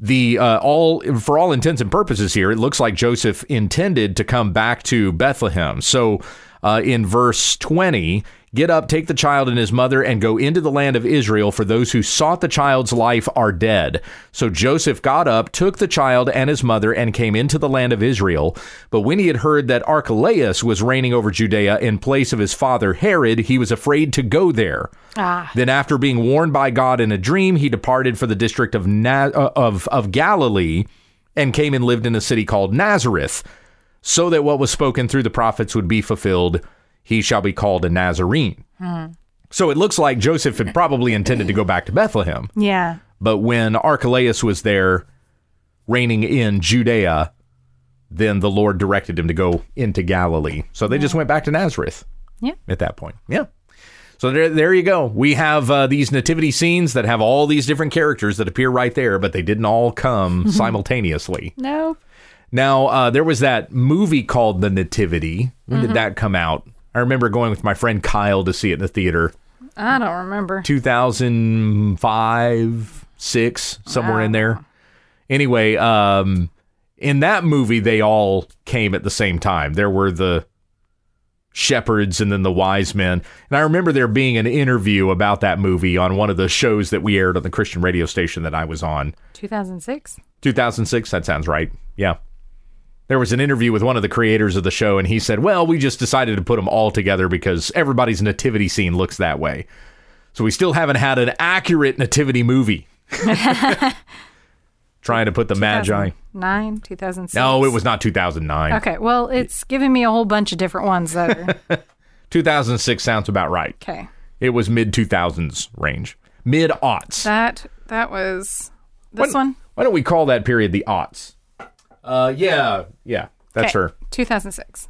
Speaker 1: the uh, all for all intents and purposes here, it looks like Joseph intended to come back to Bethlehem. So, uh, in verse twenty, get up, take the child and his mother, and go into the land of Israel. For those who sought the child's life are dead. So Joseph got up, took the child and his mother, and came into the land of Israel. But when he had heard that Archelaus was reigning over Judea in place of his father Herod, he was afraid to go there.
Speaker 2: Ah.
Speaker 1: Then, after being warned by God in a dream, he departed for the district of Na- uh, of of Galilee, and came and lived in a city called Nazareth, so that what was spoken through the prophets would be fulfilled. He shall be called a Nazarene. So it looks like Joseph had probably intended to go back to Bethlehem,
Speaker 2: Yeah.
Speaker 1: but when Archelaus was there, reigning in Judea, then the Lord directed him to go into Galilee. So they just went back to Nazareth
Speaker 2: Yeah.
Speaker 1: at that point. Yeah. So there, there you go. We have uh, these nativity scenes that have all these different characters that appear right there, but they didn't all come simultaneously.
Speaker 2: Nope.
Speaker 1: Now, uh, there was that movie called The Nativity. When did that come out? I remember going with my friend Kyle to see it in the theater.
Speaker 2: I don't remember.
Speaker 1: 2005, 6, somewhere in there. Anyway, um, in that movie, they all came at the same time. There were the shepherds and then the wise men. And I remember there being an interview about that movie on one of the shows that we aired on the Christian radio station that I was on.
Speaker 2: 2006.
Speaker 1: 2006, that sounds right. Yeah. There was an interview with one of the creators of the show, and he said, Well, we just decided to put them all together because everybody's nativity scene looks that way. So we still haven't had an accurate nativity movie. Trying to put the Magi.
Speaker 2: 2009, 2006.
Speaker 1: No, it was not 2009.
Speaker 2: Okay. Well, it's giving me a whole bunch of different ones that are.
Speaker 1: 2006 sounds about right.
Speaker 2: Okay.
Speaker 1: It was mid 2000s range, mid aughts.
Speaker 2: That that was this
Speaker 1: Why-
Speaker 2: one.
Speaker 1: Why don't we call that period the aughts? Uh, yeah, yeah, that's
Speaker 2: Okay,
Speaker 1: her.
Speaker 2: 2006.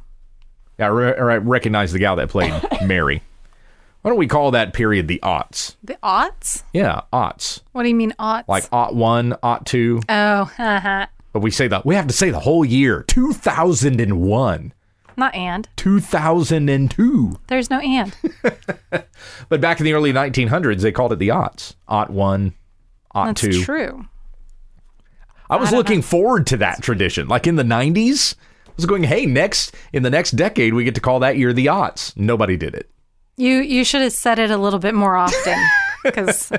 Speaker 1: Yeah, I, re- I recognize the gal that played Mary. Why don't we call that period the aughts?
Speaker 2: The aughts?
Speaker 1: Yeah, aughts.
Speaker 2: What do you mean aughts?
Speaker 1: Like aught one, aught two.
Speaker 2: oh, uh-huh.
Speaker 1: But we say the we have to say the whole year 2001,
Speaker 2: not and.
Speaker 1: 2002.
Speaker 2: There's no and.
Speaker 1: But back in the early 1900s, they called it the aughts. Aught one, aught
Speaker 2: That's
Speaker 1: two.
Speaker 2: true.
Speaker 1: I was looking forward to that tradition. Like in the 90s, I was going, hey, next, in the next decade, we get to call that year the aughts. Nobody did it.
Speaker 2: You you should have said it a little bit more often because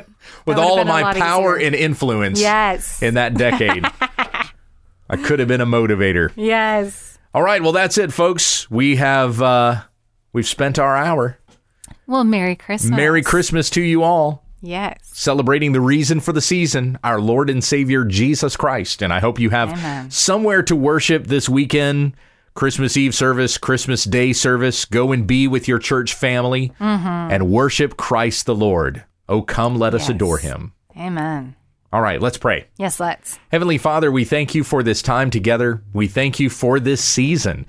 Speaker 1: With all of my power and influence
Speaker 2: yes,
Speaker 1: in that decade, I could have been a motivator.
Speaker 2: yes.
Speaker 1: All right. Well, that's it, folks. We have, uh, we've spent our hour.
Speaker 2: Well, Merry Christmas.
Speaker 1: Merry Christmas to you all.
Speaker 2: Yes.
Speaker 1: celebrating the reason for the season, our Lord and Savior Jesus Christ. And I hope you have
Speaker 2: Amen.
Speaker 1: somewhere to worship this weekend. Christmas Eve service, Christmas Day service. Go and be with your church family and worship Christ the Lord. Oh, come, let us
Speaker 2: Mm-hmm. Yes.
Speaker 1: adore him.
Speaker 2: Amen.
Speaker 1: All right, let's pray.
Speaker 2: Yes, let's.
Speaker 1: Heavenly Father, we thank you for this time together. We thank you for this season.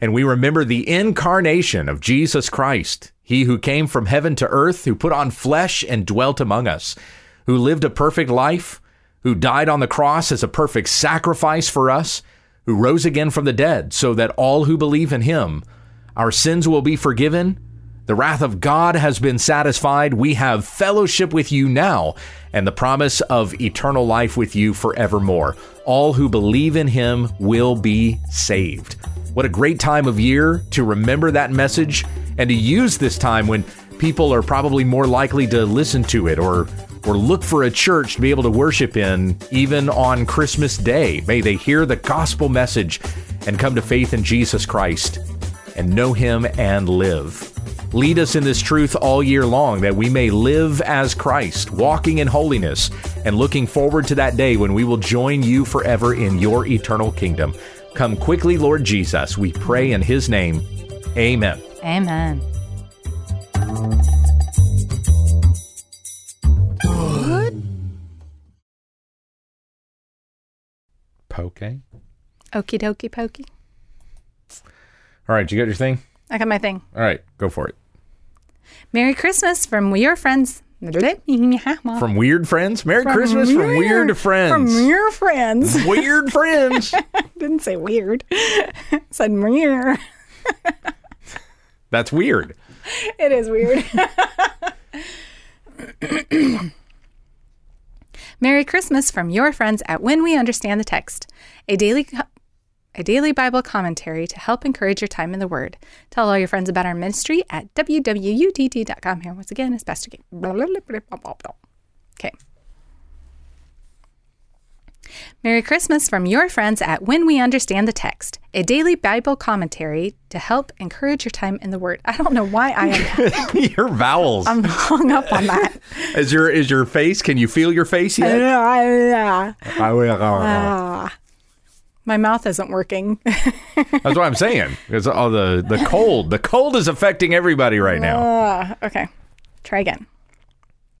Speaker 1: And we remember the incarnation of Jesus Christ, he who came from heaven to earth, who put on flesh and dwelt among us, who lived a perfect life, who died on the cross as a perfect sacrifice for us, who rose again from the dead, so that all who believe in him, our sins will be forgiven. The wrath of God has been satisfied. We have fellowship with you now and the promise of eternal life with you forevermore. All who believe in him will be saved. What a great time of year to remember that message and to use this time when people are probably more likely to listen to it or or look for a church to be able to worship in even on Christmas Day. May they hear the gospel message and come to faith in Jesus Christ and know him and live. Lead us in this truth all year long that we may live as Christ, walking in holiness and looking forward to that day when we will join you forever in your eternal kingdom. Come quickly, Lord Jesus. We pray in his name. Amen.
Speaker 2: Amen.
Speaker 1: Poke. All
Speaker 3: Okie dokie pokey.
Speaker 1: right, you got your thing?
Speaker 2: I got my thing.
Speaker 1: All right, go for it.
Speaker 3: Merry Christmas from We Are Friends.
Speaker 1: From Weird Friends? Merry Christmas Uh, from Weird Friends.
Speaker 3: From your friends.
Speaker 1: Weird Friends.
Speaker 3: Didn't say weird. Said mere.
Speaker 1: That's weird.
Speaker 3: It is weird. Merry Christmas from your friends at When We Understand the Text, a daily co- a daily Bible commentary to help encourage your time in the Word. Tell all your friends about our ministry at www.utt.com. Here once again is Pastor Kate. Blah, blah, blah, blah, blah, blah, blah. Okay. Merry Christmas from your friends at When We Understand the Text, a daily Bible commentary to help encourage your time in the Word. I don't know why I am
Speaker 1: your vowels.
Speaker 3: I'm hung up on that.
Speaker 1: is your is your face? Can you feel your face yet?
Speaker 3: My mouth isn't working.
Speaker 1: That's what I'm saying. Because all the the cold, the cold is affecting everybody right now.
Speaker 3: Uh, okay, try again.